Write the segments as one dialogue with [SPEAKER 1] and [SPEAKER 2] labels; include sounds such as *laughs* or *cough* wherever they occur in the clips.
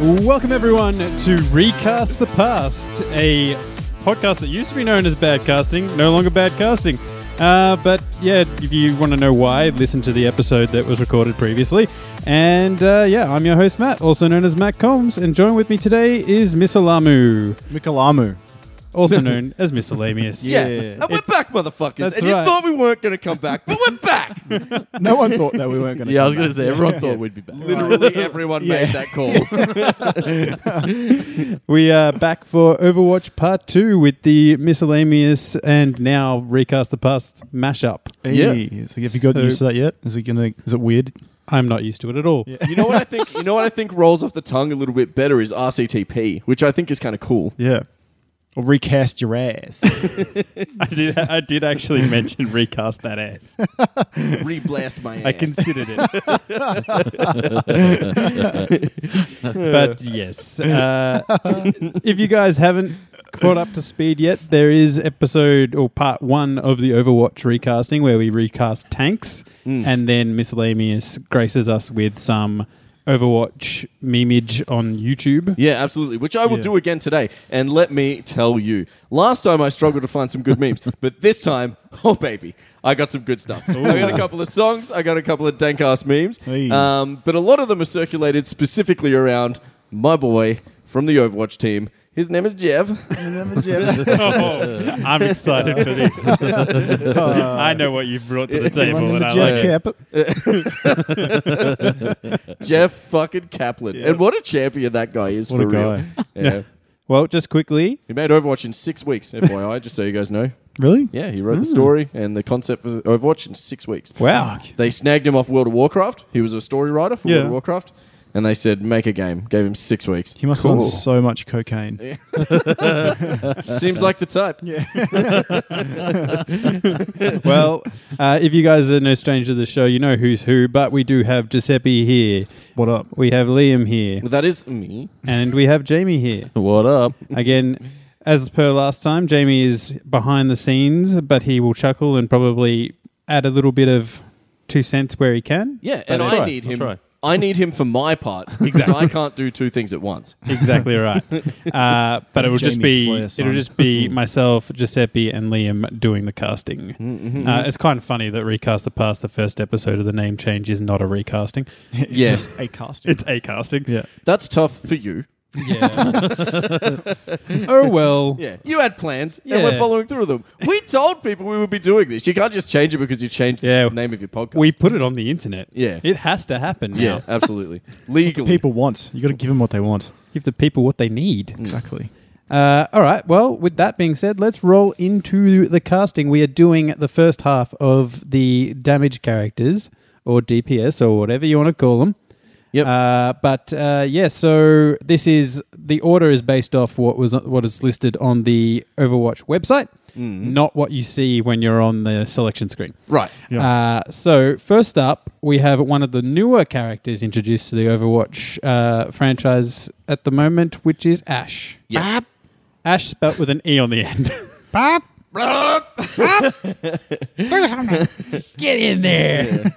[SPEAKER 1] Welcome, everyone, to Recast the Past, a podcast that used to be known as Bad Casting, no longer Bad Casting. Uh, but yeah, if you want to know why, listen to the episode that was recorded previously. And uh, yeah, I'm your host, Matt, also known as Matt Combs, and joined with me today is Miss Alamu,
[SPEAKER 2] Mikalamu.
[SPEAKER 1] also known as Miscellaneous.
[SPEAKER 2] Yeah.
[SPEAKER 3] And we're back, motherfuckers.
[SPEAKER 1] That's
[SPEAKER 3] and you
[SPEAKER 1] right.
[SPEAKER 3] thought we weren't going to come back, but we're back. *laughs*
[SPEAKER 2] No one thought that we weren't going to.
[SPEAKER 4] Yeah, I was going to say everyone thought we'd be
[SPEAKER 3] *laughs*
[SPEAKER 4] back.
[SPEAKER 3] Literally everyone
[SPEAKER 2] Yeah.
[SPEAKER 3] made that call.
[SPEAKER 1] We are back for Overwatch Part 2 with the Miscellaneous and now Recast the Past mashup.
[SPEAKER 2] Yeah. So have you got
[SPEAKER 1] So-
[SPEAKER 2] used to that yet? Is it going to? Is it weird?
[SPEAKER 1] I'm not used to it at all.
[SPEAKER 3] *laughs* you know what I think? You know what I think rolls off the tongue a little bit better is RCTP, which I think is kind of cool.
[SPEAKER 2] Yeah. Or recast
[SPEAKER 1] *laughs*
[SPEAKER 2] your ass.
[SPEAKER 1] I did. I did actually mention recast that ass.
[SPEAKER 3] Reblast my ass.
[SPEAKER 1] I considered it. but yes, uh, if you guys haven't caught up to speed yet, there is episode or part one of the Overwatch recasting where we recast tanks, and then miscellaneous graces us with some Overwatch memeage on YouTube.
[SPEAKER 3] Yeah, absolutely. Which I will
[SPEAKER 2] Yeah.
[SPEAKER 3] do again today. And let me tell you, last time I struggled to find some
[SPEAKER 2] *laughs*
[SPEAKER 3] good memes, but this time, oh baby, I got some good stuff. I got a couple of songs. I got a couple of dank ass memes.
[SPEAKER 2] Hey.
[SPEAKER 3] Um, but a lot of them are circulated specifically around my boy from the Overwatch team. His name
[SPEAKER 2] *laughs*
[SPEAKER 3] is Jeff.
[SPEAKER 1] Oh, *laughs* I'm excited for this. I know what you've brought to the table, and I like it.
[SPEAKER 2] Jack Cap.
[SPEAKER 3] *laughs* Jeff fucking Kaplan. And what a champion that guy is
[SPEAKER 2] What
[SPEAKER 3] for
[SPEAKER 2] a
[SPEAKER 3] real.
[SPEAKER 2] guy.
[SPEAKER 3] *laughs* Yeah.
[SPEAKER 1] Well, just quickly,
[SPEAKER 3] He made Overwatch in six
[SPEAKER 2] *laughs*
[SPEAKER 3] weeks, FYI, just so you guys know.
[SPEAKER 2] Really?
[SPEAKER 3] Yeah, he wrote
[SPEAKER 2] Hmm.
[SPEAKER 3] the story and the concept for Overwatch in six weeks.
[SPEAKER 1] Wow.
[SPEAKER 3] They snagged him off World of Warcraft. He was a story writer for
[SPEAKER 1] Yeah.
[SPEAKER 3] World of Warcraft. And they said, make a game. Gave him six weeks.
[SPEAKER 2] He must have done so much cocaine.
[SPEAKER 3] *laughs* Seems like the type.
[SPEAKER 1] *laughs* well, uh, if you guys are no stranger to the show, you know who's who, but we do have Giuseppe here.
[SPEAKER 2] What up?
[SPEAKER 1] We have Liam here.
[SPEAKER 3] That is me.
[SPEAKER 1] And we have Jamie here.
[SPEAKER 4] What up?
[SPEAKER 1] Again, as per last time, Jamie is behind the scenes, but he will chuckle and probably add a little bit of two cents where he can.
[SPEAKER 3] Yeah, and I
[SPEAKER 4] I'll try.
[SPEAKER 3] need
[SPEAKER 4] I'll
[SPEAKER 3] him.
[SPEAKER 4] try.
[SPEAKER 3] I need him for my part because I can't do two things at once.
[SPEAKER 1] Exactly
[SPEAKER 3] *laughs*
[SPEAKER 1] right. Uh, but it will just be
[SPEAKER 2] Jamie Flair song.
[SPEAKER 1] it'll just be
[SPEAKER 3] Hmm.
[SPEAKER 1] myself, Giuseppe, and Liam doing the casting.
[SPEAKER 3] Hmm,
[SPEAKER 1] Uh, it's kind of funny that recast the past. The first episode of the name change is not a recasting;
[SPEAKER 2] It's
[SPEAKER 3] *laughs* Yeah.
[SPEAKER 2] just a casting.
[SPEAKER 1] it's a casting.
[SPEAKER 2] *laughs* yeah.
[SPEAKER 3] That's tough for you.
[SPEAKER 1] Yeah. *laughs* oh well.
[SPEAKER 3] Yeah, you had plans, and
[SPEAKER 1] Yeah.
[SPEAKER 3] we're following through with them. We told people we would be doing this. You can't just change it because you changed
[SPEAKER 1] Yeah.
[SPEAKER 3] the name of your podcast.
[SPEAKER 1] We put it on the internet.
[SPEAKER 3] Yeah.
[SPEAKER 1] It has to happen now. *laughs*
[SPEAKER 3] yeah, absolutely legally.
[SPEAKER 2] People want. You got to give them what they want.
[SPEAKER 1] Give the people what they need.
[SPEAKER 3] Hmm.
[SPEAKER 2] Exactly.
[SPEAKER 1] Uh, all right. Well, with that being said, let's roll into the casting. We are doing the first half of the damage characters or DPS or whatever you want to call them.
[SPEAKER 3] Yep.
[SPEAKER 1] Uh, but uh, yeah, so this is the order is based off what was what is listed on the Overwatch website, not what you see when you're on the selection screen.
[SPEAKER 3] Mm-hmm. right?
[SPEAKER 1] Uh, so first up, we have one of the newer characters introduced to the Overwatch uh, franchise at the moment, which is Ash.
[SPEAKER 3] Yes.
[SPEAKER 1] Ash spelt with an e on the
[SPEAKER 2] *laughs*
[SPEAKER 1] end. Bop. *laughs* Get in there.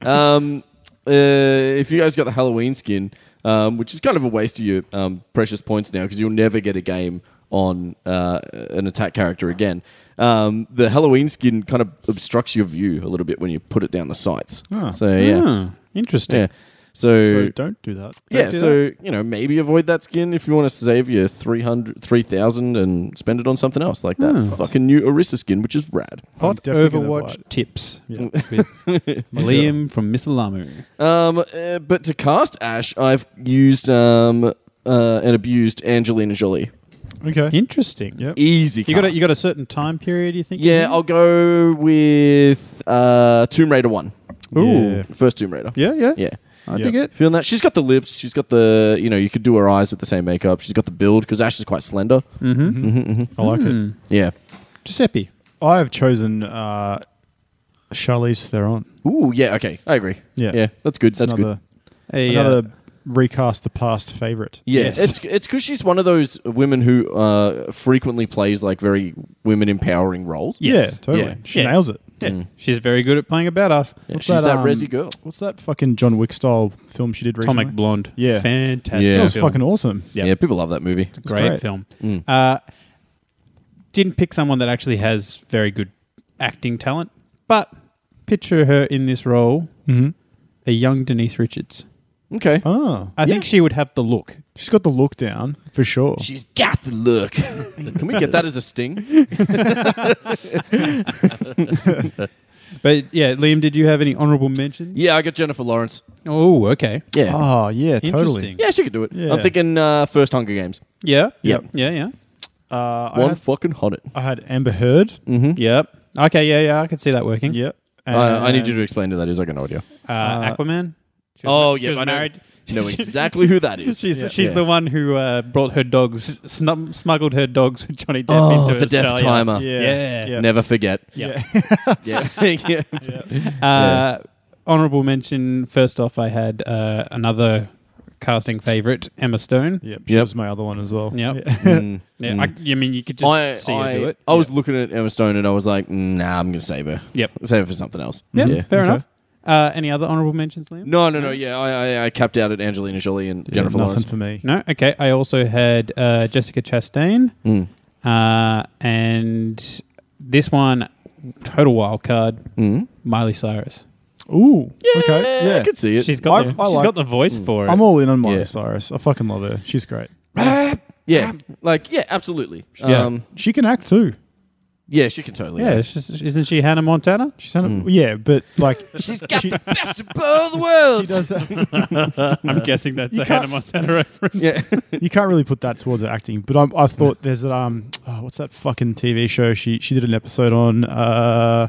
[SPEAKER 3] Um, uh, if you guys got the Halloween skin, um, which is kind of a waste of your um, precious points now because you'll never get a game on uh, an attack character again. Um, the Halloween skin kind of obstructs your view a little bit when you put it down the sights. So yeah,
[SPEAKER 1] Hmm, interesting.
[SPEAKER 3] yeah. So,
[SPEAKER 2] Ah. So don't do that.
[SPEAKER 3] yeah, so you know maybe avoid that skin if you want to save your 300 3000 and spend it on something else like that
[SPEAKER 2] Ah.
[SPEAKER 3] fucking new Orisa skin, which is rad.
[SPEAKER 2] I'm
[SPEAKER 1] Hot
[SPEAKER 2] definitely gonna buy
[SPEAKER 1] Overwatch
[SPEAKER 2] it.
[SPEAKER 1] tips. With Liam from
[SPEAKER 2] *laughs*
[SPEAKER 1] Misalamu.
[SPEAKER 3] Um, uh, but to cast Ash, I've used um uh, and abused Angelina Jolie.
[SPEAKER 2] Okay.
[SPEAKER 1] Interesting.
[SPEAKER 2] Yep.
[SPEAKER 3] Easy.
[SPEAKER 1] You got a,
[SPEAKER 3] cast.
[SPEAKER 1] you Mhm. got a certain time period. You think?
[SPEAKER 3] Yeah, I'll go with uh, Tomb Raider one.
[SPEAKER 1] Ooh.
[SPEAKER 3] First Tomb Raider.
[SPEAKER 1] Yeah. Yeah.
[SPEAKER 3] Yeah.
[SPEAKER 1] I
[SPEAKER 2] Yeah.
[SPEAKER 1] dig it.
[SPEAKER 3] Feeling that she's got the lips, she's got the you know you could do her eyes with the same makeup. She's got the build because Ash is quite slender.
[SPEAKER 1] Mm-hmm.
[SPEAKER 2] I like it.
[SPEAKER 3] Yeah.
[SPEAKER 1] Giuseppe.
[SPEAKER 2] I have chosen uh, Charlize Theron.
[SPEAKER 3] Ooh yeah okay I agree.
[SPEAKER 2] Yeah.
[SPEAKER 3] yeah that's good that's good.
[SPEAKER 2] another,
[SPEAKER 1] A, uh,
[SPEAKER 2] Another recast the past favorite.
[SPEAKER 3] Yeah,
[SPEAKER 1] Yes.
[SPEAKER 3] it's it's because she's one of those women who uh, frequently plays like very women empowering roles.
[SPEAKER 1] Yes.
[SPEAKER 2] Yeah, totally.
[SPEAKER 3] Yeah.
[SPEAKER 2] She
[SPEAKER 1] Yeah.
[SPEAKER 2] nails it.
[SPEAKER 1] Yeah, she's very good at playing a badass.
[SPEAKER 3] Mm. Yeah,
[SPEAKER 2] What's
[SPEAKER 3] she's that,
[SPEAKER 2] that, um,
[SPEAKER 3] resi girl.
[SPEAKER 2] What's that fucking John Wick style film she did recently?
[SPEAKER 1] Atomic Blonde.
[SPEAKER 2] Yeah.
[SPEAKER 1] fantastic.
[SPEAKER 3] Yeah.
[SPEAKER 2] That was
[SPEAKER 1] film.
[SPEAKER 2] fucking awesome.
[SPEAKER 1] Yeah.
[SPEAKER 3] Yeah. people love that movie.
[SPEAKER 1] great,
[SPEAKER 2] great.
[SPEAKER 1] film.
[SPEAKER 3] Mm.
[SPEAKER 1] Uh, didn't pick someone that actually has very good acting talent, but picture her in this role,
[SPEAKER 2] Mm-hmm.
[SPEAKER 1] a young Denise Richards.
[SPEAKER 3] Okay.
[SPEAKER 2] Oh,
[SPEAKER 1] I think she would have the look.
[SPEAKER 2] she's got the look down for sure.
[SPEAKER 3] She's got the look. *laughs* Can we get that as a sting?
[SPEAKER 1] But yeah, Liam, did you have any honourable mentions?
[SPEAKER 3] Yeah, I got Jennifer Lawrence.
[SPEAKER 1] Oh, okay.
[SPEAKER 3] Yeah.
[SPEAKER 2] Oh yeah, totally.
[SPEAKER 1] Interesting.
[SPEAKER 3] yeah, she could do it.
[SPEAKER 2] Yeah.
[SPEAKER 3] I'm thinking uh, first Hunger Games.
[SPEAKER 1] Yeah.
[SPEAKER 3] Yep.
[SPEAKER 1] Yeah. Yeah.
[SPEAKER 2] Uh, I,
[SPEAKER 3] One
[SPEAKER 2] had,
[SPEAKER 3] fucking hot it.
[SPEAKER 2] I had Amber Heard.
[SPEAKER 3] Mm-hmm.
[SPEAKER 1] Yep. Okay. Yeah. Yeah. I could see that working.
[SPEAKER 2] Yep.
[SPEAKER 3] Uh, I need
[SPEAKER 2] And-
[SPEAKER 3] you to explain who that is. I got no idea.
[SPEAKER 1] Uh, Aquaman. She was
[SPEAKER 3] Oh,
[SPEAKER 1] mar- she
[SPEAKER 3] yeah,
[SPEAKER 1] was
[SPEAKER 3] I know-
[SPEAKER 1] married. *laughs*
[SPEAKER 3] Know exactly who that is.
[SPEAKER 1] She's,
[SPEAKER 2] Yeah.
[SPEAKER 1] she's
[SPEAKER 2] Yeah.
[SPEAKER 1] the one who uh, brought her dogs, snub- smuggled her dogs with Johnny Depp
[SPEAKER 3] Oh,
[SPEAKER 1] into
[SPEAKER 3] the Death
[SPEAKER 1] Australia.
[SPEAKER 3] Timer.
[SPEAKER 2] Yeah.
[SPEAKER 1] Yeah.
[SPEAKER 2] Yeah.
[SPEAKER 3] Never forget.
[SPEAKER 1] Yeah.
[SPEAKER 3] *laughs*
[SPEAKER 1] *laughs*
[SPEAKER 3] Yeah. yeah.
[SPEAKER 1] Uh, Honorable mention. First off, I had uh, another casting favorite, Emma Stone.
[SPEAKER 2] Yep. She
[SPEAKER 3] Yep.
[SPEAKER 2] was my other one as well.
[SPEAKER 1] Yep.
[SPEAKER 2] Yeah.
[SPEAKER 3] Mm,
[SPEAKER 1] Yeah,
[SPEAKER 3] mm.
[SPEAKER 1] I, you mean, you could just
[SPEAKER 3] I,
[SPEAKER 1] see
[SPEAKER 3] I,
[SPEAKER 1] her do it.
[SPEAKER 3] I was looking at Emma Stone and I was like, nah, I'm going to save her.
[SPEAKER 1] Yep.
[SPEAKER 3] Save her for something else.
[SPEAKER 1] Yep,
[SPEAKER 3] Yeah.
[SPEAKER 1] fair
[SPEAKER 2] Okay.
[SPEAKER 1] enough. Uh, any other honorable mentions, Liam?
[SPEAKER 3] No, no, no. Yeah, I, I, I capped out at Angelina Jolie and
[SPEAKER 2] Yeah,
[SPEAKER 3] *laughs* Jennifer
[SPEAKER 2] nothing
[SPEAKER 3] Lawrence.
[SPEAKER 2] for me.
[SPEAKER 1] No? Okay. I also had uh, Jessica Chastain.
[SPEAKER 3] Mm.
[SPEAKER 1] Uh, and this one, total wild card,
[SPEAKER 3] Mm.
[SPEAKER 1] Miley Cyrus.
[SPEAKER 2] Ooh.
[SPEAKER 3] Yeah,
[SPEAKER 2] Okay. Yeah.
[SPEAKER 3] I could see it.
[SPEAKER 1] She's
[SPEAKER 2] I-
[SPEAKER 1] got, the,
[SPEAKER 2] I
[SPEAKER 1] she's
[SPEAKER 2] like-
[SPEAKER 1] got the voice
[SPEAKER 3] Mm.
[SPEAKER 1] for it.
[SPEAKER 2] I'm all in on Miley
[SPEAKER 3] Yeah.
[SPEAKER 2] Cyrus. I fucking love her. She's great.
[SPEAKER 3] yeah, like yeah, absolutely.
[SPEAKER 1] Yeah.
[SPEAKER 3] Um,
[SPEAKER 2] She can act too.
[SPEAKER 3] yeah, she can totally.
[SPEAKER 1] yeah,
[SPEAKER 3] Yeah,
[SPEAKER 1] it's just, isn't she Hannah
[SPEAKER 2] *laughs*
[SPEAKER 1] Montana?
[SPEAKER 2] She
[SPEAKER 3] Mm.
[SPEAKER 2] sounded, Yeah, but like
[SPEAKER 3] *laughs* she's got the best of both
[SPEAKER 2] *laughs*
[SPEAKER 3] worlds.
[SPEAKER 2] she does that.
[SPEAKER 1] I'm guessing that's
[SPEAKER 2] You
[SPEAKER 1] a Hannah
[SPEAKER 2] can't-
[SPEAKER 1] Montana
[SPEAKER 2] *laughs*
[SPEAKER 1] reference.
[SPEAKER 3] Yeah, *laughs*
[SPEAKER 2] you can't really put that towards her acting. But I'm, I thought there's that um oh, what's that fucking TV show she she did an episode on uh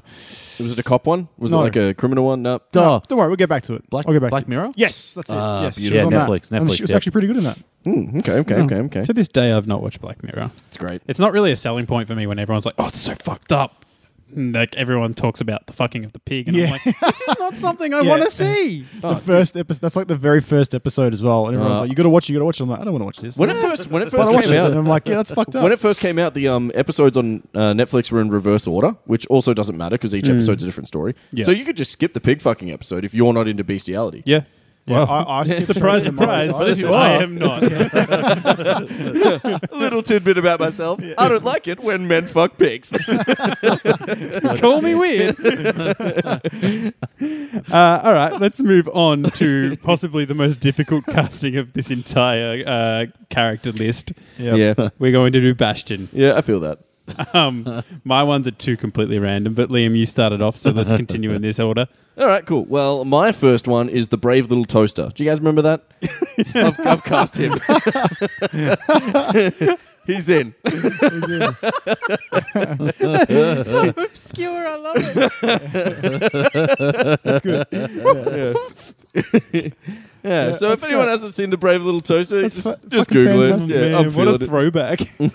[SPEAKER 3] was it a cop one? Was
[SPEAKER 2] No.
[SPEAKER 3] it like a criminal one? No.
[SPEAKER 2] no, don't worry we'll get back to it
[SPEAKER 4] Black,
[SPEAKER 2] I'll get back
[SPEAKER 4] Black
[SPEAKER 2] to it.
[SPEAKER 4] Mirror?
[SPEAKER 2] yes that's it
[SPEAKER 4] Ah,
[SPEAKER 2] yes she
[SPEAKER 4] beautiful.
[SPEAKER 2] was on that.
[SPEAKER 4] Netflix,
[SPEAKER 2] and
[SPEAKER 4] Netflix,
[SPEAKER 2] she was
[SPEAKER 4] yeah.
[SPEAKER 2] actually pretty good in that
[SPEAKER 3] Mm, okay, okay, okay, okay.
[SPEAKER 1] To this day, I've not watched Black Mirror.
[SPEAKER 3] It's great.
[SPEAKER 1] It's not really a selling point for me when everyone's like, "Oh, it's so fucked up." And, like everyone talks about the fucking of the pig, and
[SPEAKER 2] Yeah.
[SPEAKER 1] I'm like, "This is
[SPEAKER 2] *laughs*
[SPEAKER 1] not something I
[SPEAKER 2] Yeah.
[SPEAKER 1] want to see."
[SPEAKER 2] the first episode that's like the very first episode as well and everyone's
[SPEAKER 3] Uh,
[SPEAKER 2] like you gotta watch it, you gotta watch it I'm like I don't want to watch this
[SPEAKER 3] When it first when it
[SPEAKER 2] but
[SPEAKER 3] first
[SPEAKER 2] I watched
[SPEAKER 3] came
[SPEAKER 2] it and
[SPEAKER 3] out,
[SPEAKER 2] I'm like yeah that's fucked up
[SPEAKER 3] when it first came out, the um, episodes on uh, Netflix were in reverse order, which also doesn't matter because
[SPEAKER 2] Mm.
[SPEAKER 3] each episode's a different story.
[SPEAKER 1] Yeah.
[SPEAKER 3] So you could just skip the pig fucking episode if you're not into bestiality.
[SPEAKER 1] *laughs* Yeah.
[SPEAKER 2] yeah, I, I skipped
[SPEAKER 1] Surprise,
[SPEAKER 2] it and Miley
[SPEAKER 1] surprise!
[SPEAKER 2] Cyrus.
[SPEAKER 1] I am not.
[SPEAKER 3] *laughs* A little tidbit
[SPEAKER 2] *laughs*
[SPEAKER 3] about myself. I don't like it when men fuck pigs.
[SPEAKER 1] *laughs* Call me
[SPEAKER 2] *laughs*
[SPEAKER 1] weird. uh, all right, let's move on to possibly the most difficult *laughs* casting of this entire uh, character list.
[SPEAKER 3] yeah,
[SPEAKER 1] We're going to do Bastion.
[SPEAKER 3] yeah, I feel that.
[SPEAKER 1] Um, my ones are two completely random, but Liam, you started off, so let's continue in this order.
[SPEAKER 3] All right, cool. Well, my first one is the brave little toaster. Do you guys remember that? I've, I've cast him. *laughs* He's in.
[SPEAKER 1] so obscure. I love it.
[SPEAKER 2] that's good
[SPEAKER 3] Yeah. Yeah, so if
[SPEAKER 2] that's
[SPEAKER 3] anyone
[SPEAKER 2] great.
[SPEAKER 3] hasn't seen the brave little toaster,
[SPEAKER 2] That's
[SPEAKER 3] just,
[SPEAKER 2] fu-
[SPEAKER 3] just
[SPEAKER 2] fucking
[SPEAKER 3] Google
[SPEAKER 2] fantastic.
[SPEAKER 3] it. *laughs* Yeah, I'm
[SPEAKER 1] Man, what a
[SPEAKER 3] feeling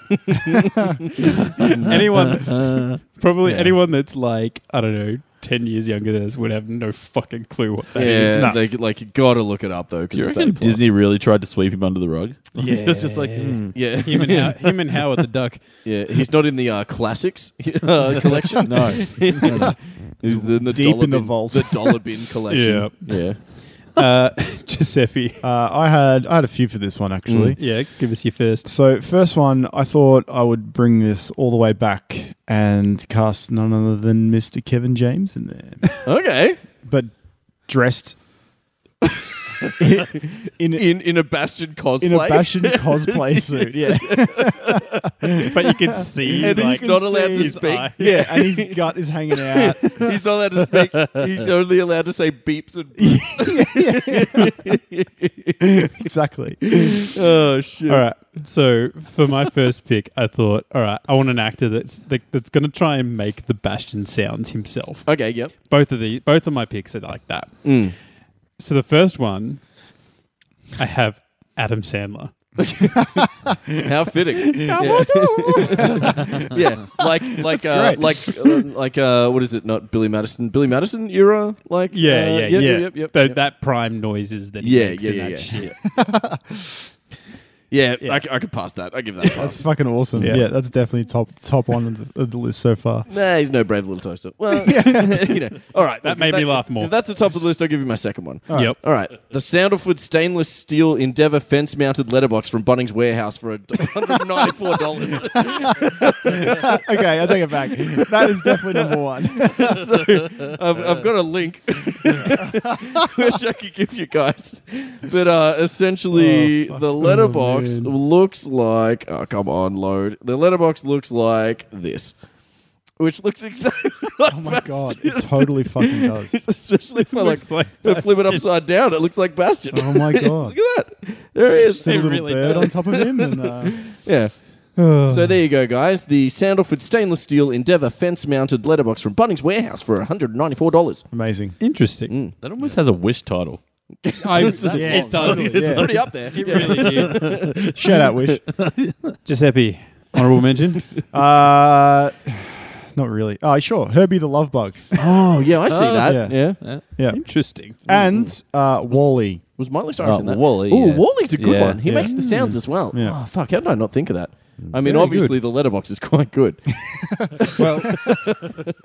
[SPEAKER 3] it. *laughs*
[SPEAKER 1] throwback. *laughs* anyone, probably anyone that's like, I don't know, 10 years younger than us would have no fucking clue what that
[SPEAKER 3] yeah,
[SPEAKER 1] is. *laughs*
[SPEAKER 3] they, like you gotta look it up though.
[SPEAKER 4] Do you
[SPEAKER 3] because
[SPEAKER 4] reckon Disney really tried to sweep him under the rug? Yeah. it's just like, hmm. *laughs*
[SPEAKER 3] Yeah,
[SPEAKER 1] Him and, How- him and Howard the Duck.
[SPEAKER 3] *laughs* yeah. He's not in the uh, classics *laughs* uh, collection.
[SPEAKER 4] *laughs* no.
[SPEAKER 3] he's in the
[SPEAKER 2] Deep
[SPEAKER 3] dollar
[SPEAKER 2] in the
[SPEAKER 3] bin-
[SPEAKER 2] vault.
[SPEAKER 3] the dollar bin
[SPEAKER 2] *laughs*
[SPEAKER 3] collection. Yeah,
[SPEAKER 1] Uh, *laughs* Giuseppe.
[SPEAKER 2] uh, I had I had a few for this one actually
[SPEAKER 1] Yeah, give us your first.
[SPEAKER 2] So first one, I thought I would bring this all the way back and cast none other than Mr. Kevin James in there, *laughs*
[SPEAKER 3] Okay.
[SPEAKER 2] but dressed *laughs* in, in,
[SPEAKER 3] In in a Bastion cosplay.
[SPEAKER 2] a fashion *laughs* cosplay suit. Yeah,
[SPEAKER 1] But you can see,
[SPEAKER 3] And he's
[SPEAKER 1] like,
[SPEAKER 3] not allowed to
[SPEAKER 1] his
[SPEAKER 3] speak.
[SPEAKER 1] eye.
[SPEAKER 2] yeah, and his gut is hanging *laughs* out.
[SPEAKER 3] He's not allowed to speak. He's
[SPEAKER 1] *laughs*
[SPEAKER 3] only allowed to say beeps and.
[SPEAKER 2] exactly.
[SPEAKER 3] oh shit!
[SPEAKER 1] All right. So for my first pick, I thought, all right, I want an actor that's that, that's going to try and make the Bastion sounds himself.
[SPEAKER 3] *laughs* Okay. Yep.
[SPEAKER 1] Both of the both of my picks are like that.
[SPEAKER 3] Mm.
[SPEAKER 1] So the first one, I have Adam Sandler.
[SPEAKER 3] How fitting.
[SPEAKER 1] *laughs*
[SPEAKER 3] *laughs* yeah. Like like uh,
[SPEAKER 2] great.
[SPEAKER 3] like uh, like uh, what is it? Not Billy Madison. Billy Madison era. Like
[SPEAKER 1] Yeah,
[SPEAKER 3] uh,
[SPEAKER 1] yeah,
[SPEAKER 3] yep,
[SPEAKER 1] yeah.
[SPEAKER 3] Yep. Yep.
[SPEAKER 1] Tho-
[SPEAKER 3] yep.
[SPEAKER 1] That prime noises that he
[SPEAKER 3] Yeah,
[SPEAKER 1] makes
[SPEAKER 3] yeah,
[SPEAKER 1] in
[SPEAKER 3] yeah,
[SPEAKER 1] that
[SPEAKER 3] yeah,
[SPEAKER 1] shit.
[SPEAKER 3] *laughs* Yeah,
[SPEAKER 1] Yeah.
[SPEAKER 3] I, I could pass that. I give
[SPEAKER 1] *laughs*
[SPEAKER 3] that. A
[SPEAKER 2] That's
[SPEAKER 3] pass.
[SPEAKER 2] fucking awesome.
[SPEAKER 1] Yeah.
[SPEAKER 2] Yeah, that's definitely top top one of the, of the list so far.
[SPEAKER 3] nah, he's no brave little toaster. Well, *laughs* you know. All right,
[SPEAKER 1] That
[SPEAKER 3] if
[SPEAKER 1] made me laugh more.
[SPEAKER 3] If that's the top of the list, I'll give you my second one.
[SPEAKER 1] Yep.
[SPEAKER 3] All right, the Sounderfoot stainless steel Endeavour fence-mounted letterbox from Bunnings Warehouse for
[SPEAKER 2] *laughs*
[SPEAKER 3] a *laughs* $194.
[SPEAKER 2] *laughs* okay, I take it back. That is definitely number one.
[SPEAKER 3] so I've, I've got a link *laughs* which I could give you guys. But uh, essentially,
[SPEAKER 2] Oh, fuck.
[SPEAKER 3] the letterbox
[SPEAKER 2] Oh, man.
[SPEAKER 3] looks like. Oh, come on, load. The letterbox looks like this, which looks exactly *laughs* like
[SPEAKER 2] *laughs* Oh my god,
[SPEAKER 3] *laughs*
[SPEAKER 2] it totally fucking *laughs* does.
[SPEAKER 3] Bastion. Especially if I like,
[SPEAKER 1] Looks like
[SPEAKER 3] if I flip it
[SPEAKER 1] Bastion.
[SPEAKER 3] upside down, it looks like Bastion.
[SPEAKER 2] Oh my god.
[SPEAKER 3] *laughs* Look at that. There he is.
[SPEAKER 2] Just a little
[SPEAKER 1] really
[SPEAKER 2] bird
[SPEAKER 1] does.
[SPEAKER 2] on top of him. And, uh,
[SPEAKER 3] Yeah. So there you go, guys. The Sandalford stainless steel Endeavour fence-mounted letterbox from Bunnings Warehouse for $194.
[SPEAKER 2] *laughs* amazing.
[SPEAKER 1] Interesting.
[SPEAKER 2] Mm.
[SPEAKER 4] That almost has a wish title.
[SPEAKER 3] *laughs*
[SPEAKER 1] I, *laughs* it does.
[SPEAKER 3] It's *laughs*
[SPEAKER 2] Yeah.
[SPEAKER 3] already up there.
[SPEAKER 1] It really
[SPEAKER 3] *laughs*
[SPEAKER 1] did.
[SPEAKER 2] Shout
[SPEAKER 1] *laughs*
[SPEAKER 2] out, Wish.
[SPEAKER 1] Giuseppe, honorable *laughs* mention.
[SPEAKER 2] Uh, not really. Oh, sure. Herbie the Love Bug.
[SPEAKER 3] Oh yeah, I see that.
[SPEAKER 2] yeah.
[SPEAKER 3] Yeah.
[SPEAKER 1] *laughs*
[SPEAKER 2] Yeah.
[SPEAKER 1] Interesting.
[SPEAKER 2] And uh, Wally.
[SPEAKER 3] was Miley Cyrus
[SPEAKER 4] Oh,
[SPEAKER 3] in that?
[SPEAKER 4] Wally,
[SPEAKER 3] Oh,
[SPEAKER 4] yeah.
[SPEAKER 3] Wally's a good
[SPEAKER 4] Yeah.
[SPEAKER 3] one. He
[SPEAKER 2] Yeah.
[SPEAKER 3] makes the sounds as well.
[SPEAKER 2] Yeah.
[SPEAKER 3] Oh fuck, how did I not think of that? I mean,
[SPEAKER 2] Very
[SPEAKER 3] obviously the letterbox is *laughs* quite good.
[SPEAKER 1] Well, *laughs*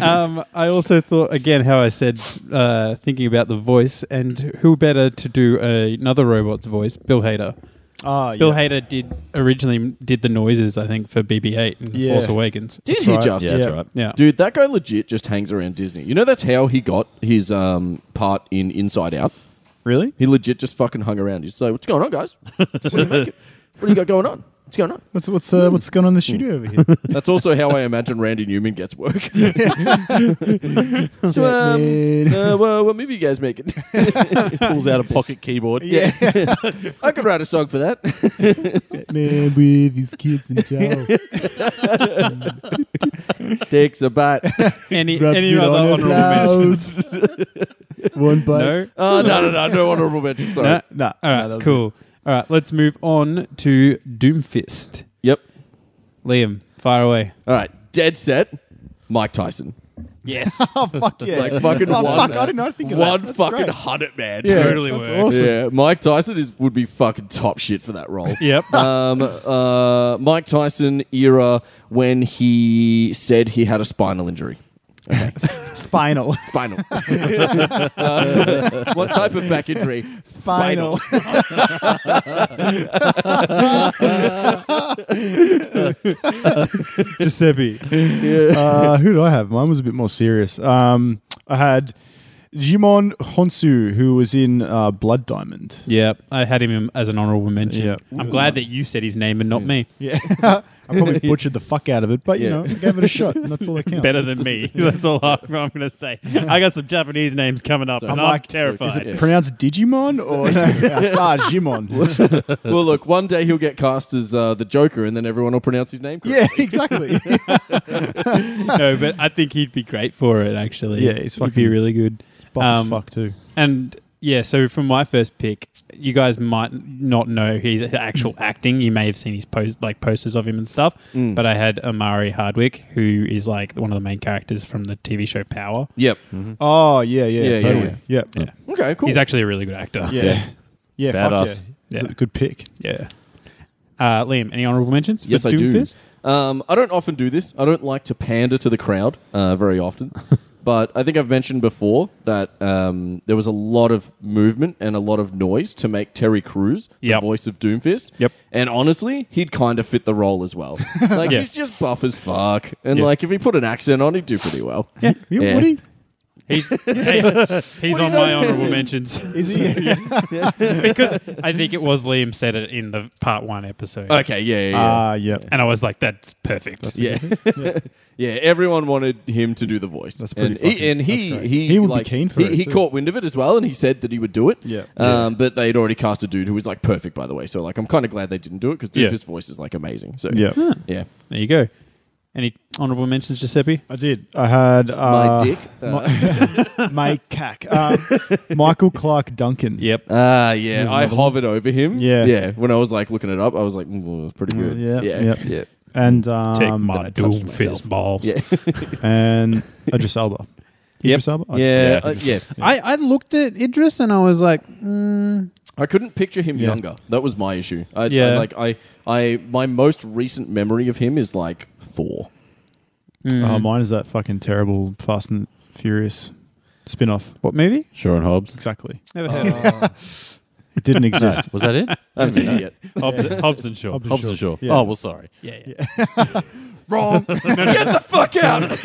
[SPEAKER 1] um, I also thought again how I said uh, thinking about the voice and who better to do another robot's voice? Bill Hader.
[SPEAKER 2] Ah,
[SPEAKER 1] Bill
[SPEAKER 2] yeah.
[SPEAKER 1] Hader did originally did the noises I think for BB-8 and
[SPEAKER 2] Yeah.
[SPEAKER 1] Force Awakens.
[SPEAKER 3] Did
[SPEAKER 2] That's
[SPEAKER 3] he
[SPEAKER 2] right.
[SPEAKER 3] just?
[SPEAKER 4] Yeah, that's
[SPEAKER 2] Yeah.
[SPEAKER 4] right.
[SPEAKER 1] Yeah,
[SPEAKER 3] Dude, that guy legit just hangs around Disney. You know that's how he got his um, part in Inside Out.
[SPEAKER 2] Really?
[SPEAKER 3] He legit just fucking hung around. He's like, "What's going on, guys? What do you, make it? What do you got going on? What's going on?"
[SPEAKER 2] What's what's uh, what's going on in the studio over
[SPEAKER 1] *laughs*
[SPEAKER 2] here?
[SPEAKER 3] That's also how I imagine Randy Newman gets *laughs* work. so, um,
[SPEAKER 2] Batman.
[SPEAKER 3] uh, well, what movie you guys making?
[SPEAKER 4] Pulls out a pocket keyboard.
[SPEAKER 3] Yeah.
[SPEAKER 4] *laughs*
[SPEAKER 3] I could write a song for that.
[SPEAKER 2] Batman with his kids in tow.
[SPEAKER 3] Takes a *laughs* bite.
[SPEAKER 1] *laughs* any
[SPEAKER 2] Rubs
[SPEAKER 1] any
[SPEAKER 2] it
[SPEAKER 1] other
[SPEAKER 2] on her
[SPEAKER 1] honorable
[SPEAKER 2] *laughs*
[SPEAKER 1] mentions?
[SPEAKER 2] blouse. *laughs* One bite.
[SPEAKER 1] No,
[SPEAKER 3] Oh, no, no, no. No honorable mention. Sorry.
[SPEAKER 1] no.
[SPEAKER 2] Nah,
[SPEAKER 1] All
[SPEAKER 2] nah,
[SPEAKER 1] right,
[SPEAKER 2] that was
[SPEAKER 1] cool. All right, let's move on to Doomfist.
[SPEAKER 3] Yep.
[SPEAKER 1] Liam, fire away.
[SPEAKER 3] All right. Dead set. Mike Tyson.
[SPEAKER 4] *laughs*
[SPEAKER 1] Yes,
[SPEAKER 2] Oh fuck yeah!
[SPEAKER 3] Like fucking
[SPEAKER 2] oh,
[SPEAKER 3] one.
[SPEAKER 2] fuck, I did not think of
[SPEAKER 3] one
[SPEAKER 2] that. That's
[SPEAKER 3] fucking
[SPEAKER 2] great.
[SPEAKER 3] hundred man.
[SPEAKER 2] Yeah,
[SPEAKER 4] *laughs*
[SPEAKER 1] totally
[SPEAKER 2] that's
[SPEAKER 1] works.
[SPEAKER 2] awesome.
[SPEAKER 3] Yeah, *laughs* Mike Tyson is would be fucking top shit for that role.
[SPEAKER 1] Yep.
[SPEAKER 3] *laughs* Um, uh, Mike Tyson era when he said he had a spinal injury.
[SPEAKER 2] Spinal.
[SPEAKER 3] Spinal. Uh, what type of back injury?
[SPEAKER 2] Spinal.
[SPEAKER 1] *laughs*
[SPEAKER 2] *laughs*
[SPEAKER 1] Giuseppe.
[SPEAKER 2] uh, who did I have? Mine was a bit more serious. Um, I had Jimon Honsu, who was in uh, Blood Diamond.
[SPEAKER 1] Yep, I had him as an honorable mention.
[SPEAKER 2] Yeah.
[SPEAKER 1] I'm glad that you said his name and not me.
[SPEAKER 2] Yeah, *laughs* I probably butchered the fuck out of it, but you
[SPEAKER 3] Yeah.
[SPEAKER 2] know, I gave it a shot, and that's all that counts.
[SPEAKER 1] Better than
[SPEAKER 2] *laughs*
[SPEAKER 1] me. That's all I'm, I'm going to say. I got some Japanese names coming up, and I'm,
[SPEAKER 2] like,
[SPEAKER 1] terrified.
[SPEAKER 2] Is it pronounced Digimon or no, it's, ah, Jimon?
[SPEAKER 3] Well, look, one day he'll get cast as uh, the Joker, and then everyone will pronounce his name. correctly.
[SPEAKER 2] yeah, exactly.
[SPEAKER 1] no, but I think he'd be great for it. Actually,
[SPEAKER 2] Yeah, he's
[SPEAKER 1] he'd be
[SPEAKER 2] fucking-
[SPEAKER 1] really good.
[SPEAKER 2] Buff
[SPEAKER 1] Um,
[SPEAKER 2] as fuck too.
[SPEAKER 1] And yeah, so from my first pick, you guys might not know his
[SPEAKER 2] *laughs*
[SPEAKER 1] actual acting. You may have seen his post like posters of him and stuff.
[SPEAKER 2] Mm.
[SPEAKER 1] But I had Amari Hardwick, who is like one of the main characters from the TV show Power.
[SPEAKER 3] Yep.
[SPEAKER 2] Oh yeah, yeah,
[SPEAKER 3] Hmm. Yeah, yeah,
[SPEAKER 2] totally.
[SPEAKER 3] yeah.
[SPEAKER 2] Yeah, yeah,
[SPEAKER 1] Yeah.
[SPEAKER 3] Mm-hmm. Okay. Cool.
[SPEAKER 1] He's actually a really good actor.
[SPEAKER 2] yeah.
[SPEAKER 4] Yeah.
[SPEAKER 2] fuck
[SPEAKER 4] Badass.
[SPEAKER 2] yeah. It's
[SPEAKER 1] Yeah.
[SPEAKER 2] a good pick.
[SPEAKER 1] Yeah. Uh, Liam, any honourable mentions? for
[SPEAKER 3] Yes, I do.
[SPEAKER 1] Doomfist?
[SPEAKER 3] Um, I don't often do this. I don't like to pander to the crowd uh, very often. *laughs* but I think I've mentioned before that um, there was a lot of movement and a lot of noise to make Terry Crews
[SPEAKER 1] Yep.
[SPEAKER 3] the voice of Doomfist.
[SPEAKER 1] Yep.
[SPEAKER 3] And honestly, he'd kind of fit the role
[SPEAKER 1] *laughs*
[SPEAKER 3] as well. Like,
[SPEAKER 1] Yeah.
[SPEAKER 3] he's just buff as fuck. And,
[SPEAKER 1] Yeah.
[SPEAKER 3] like, if he put an accent on, he'd do pretty well.
[SPEAKER 2] Yeah,
[SPEAKER 3] *laughs* Yeah.
[SPEAKER 2] would he?
[SPEAKER 1] *laughs* He's hey, he's on my honourable *laughs* mentions
[SPEAKER 2] Is he?
[SPEAKER 1] because I think it was Liam said it in the part one episode,
[SPEAKER 3] Okay, yeah, yeah,
[SPEAKER 1] Uh,
[SPEAKER 3] yeah.
[SPEAKER 2] Ah, yeah.
[SPEAKER 1] and I was like, "That's perfect."
[SPEAKER 3] yeah.
[SPEAKER 2] *laughs*
[SPEAKER 3] yeah, everyone wanted him to do the voice.
[SPEAKER 2] That's
[SPEAKER 3] and
[SPEAKER 2] pretty
[SPEAKER 3] he,
[SPEAKER 2] fucking-
[SPEAKER 3] and he,
[SPEAKER 2] that's great.
[SPEAKER 3] he,
[SPEAKER 2] He would be
[SPEAKER 3] like,
[SPEAKER 2] keen for
[SPEAKER 3] he,
[SPEAKER 2] it
[SPEAKER 3] He
[SPEAKER 2] too.
[SPEAKER 3] caught wind of it as well, and he said that he would do it.
[SPEAKER 2] Yeah.
[SPEAKER 3] Um, But they'd already cast a dude who was like perfect, by the way. So like, I'm kind of glad they didn't do it because
[SPEAKER 1] Yeah.
[SPEAKER 3] Doofus' voice is like amazing. So
[SPEAKER 2] Yeah.
[SPEAKER 1] Huh.
[SPEAKER 3] yeah.
[SPEAKER 1] There you go. Any honourable mentions, Giuseppe?
[SPEAKER 2] I did. I had uh,
[SPEAKER 3] My dick.
[SPEAKER 2] *laughs* my,
[SPEAKER 3] uh,
[SPEAKER 2] my cack. Um, Michael Clark Duncan.
[SPEAKER 1] Yep.
[SPEAKER 3] Ah, yeah.
[SPEAKER 2] There's
[SPEAKER 3] I
[SPEAKER 2] another
[SPEAKER 3] hovered over him.
[SPEAKER 2] Yeah.
[SPEAKER 3] yeah. When I was like looking it up, I was like, mm, it's pretty good.
[SPEAKER 2] yeah,
[SPEAKER 3] yeah,
[SPEAKER 2] yeah.
[SPEAKER 3] yeah.
[SPEAKER 2] and
[SPEAKER 1] Take
[SPEAKER 2] um,
[SPEAKER 1] my
[SPEAKER 3] touched
[SPEAKER 1] dual fist
[SPEAKER 3] myself.
[SPEAKER 1] balls.
[SPEAKER 3] Yeah.
[SPEAKER 2] and Idris Elba. Idris Elba? I'd say.
[SPEAKER 3] Yeah,
[SPEAKER 4] Yeah.
[SPEAKER 3] uh, yeah.
[SPEAKER 1] I, I looked at Idris and I was like, mm,
[SPEAKER 3] I couldn't picture him
[SPEAKER 2] Yeah.
[SPEAKER 3] younger. That was my issue. I, yeah.
[SPEAKER 1] Yeah.
[SPEAKER 3] like I, I, my most recent memory of him is like Thor.
[SPEAKER 1] Mm.
[SPEAKER 3] mm.
[SPEAKER 2] Oh,
[SPEAKER 1] Um,
[SPEAKER 2] mine is that fucking terrible Fast and Furious spin off.
[SPEAKER 1] what movie?
[SPEAKER 4] Sure and Hobbs.
[SPEAKER 2] Exactly.
[SPEAKER 1] Never heard of
[SPEAKER 2] It
[SPEAKER 3] *laughs*
[SPEAKER 2] didn't exist.
[SPEAKER 4] Was that it?
[SPEAKER 3] I haven't seen it yet.
[SPEAKER 1] it. Uh, Hobbs, Hobbs and Shaw.
[SPEAKER 2] Hobbs
[SPEAKER 4] Hobbs and Shaw.
[SPEAKER 2] Yeah.
[SPEAKER 4] Oh well, sorry.
[SPEAKER 1] Yeah, yeah.
[SPEAKER 2] *laughs* Wrong.
[SPEAKER 3] Get the fuck out!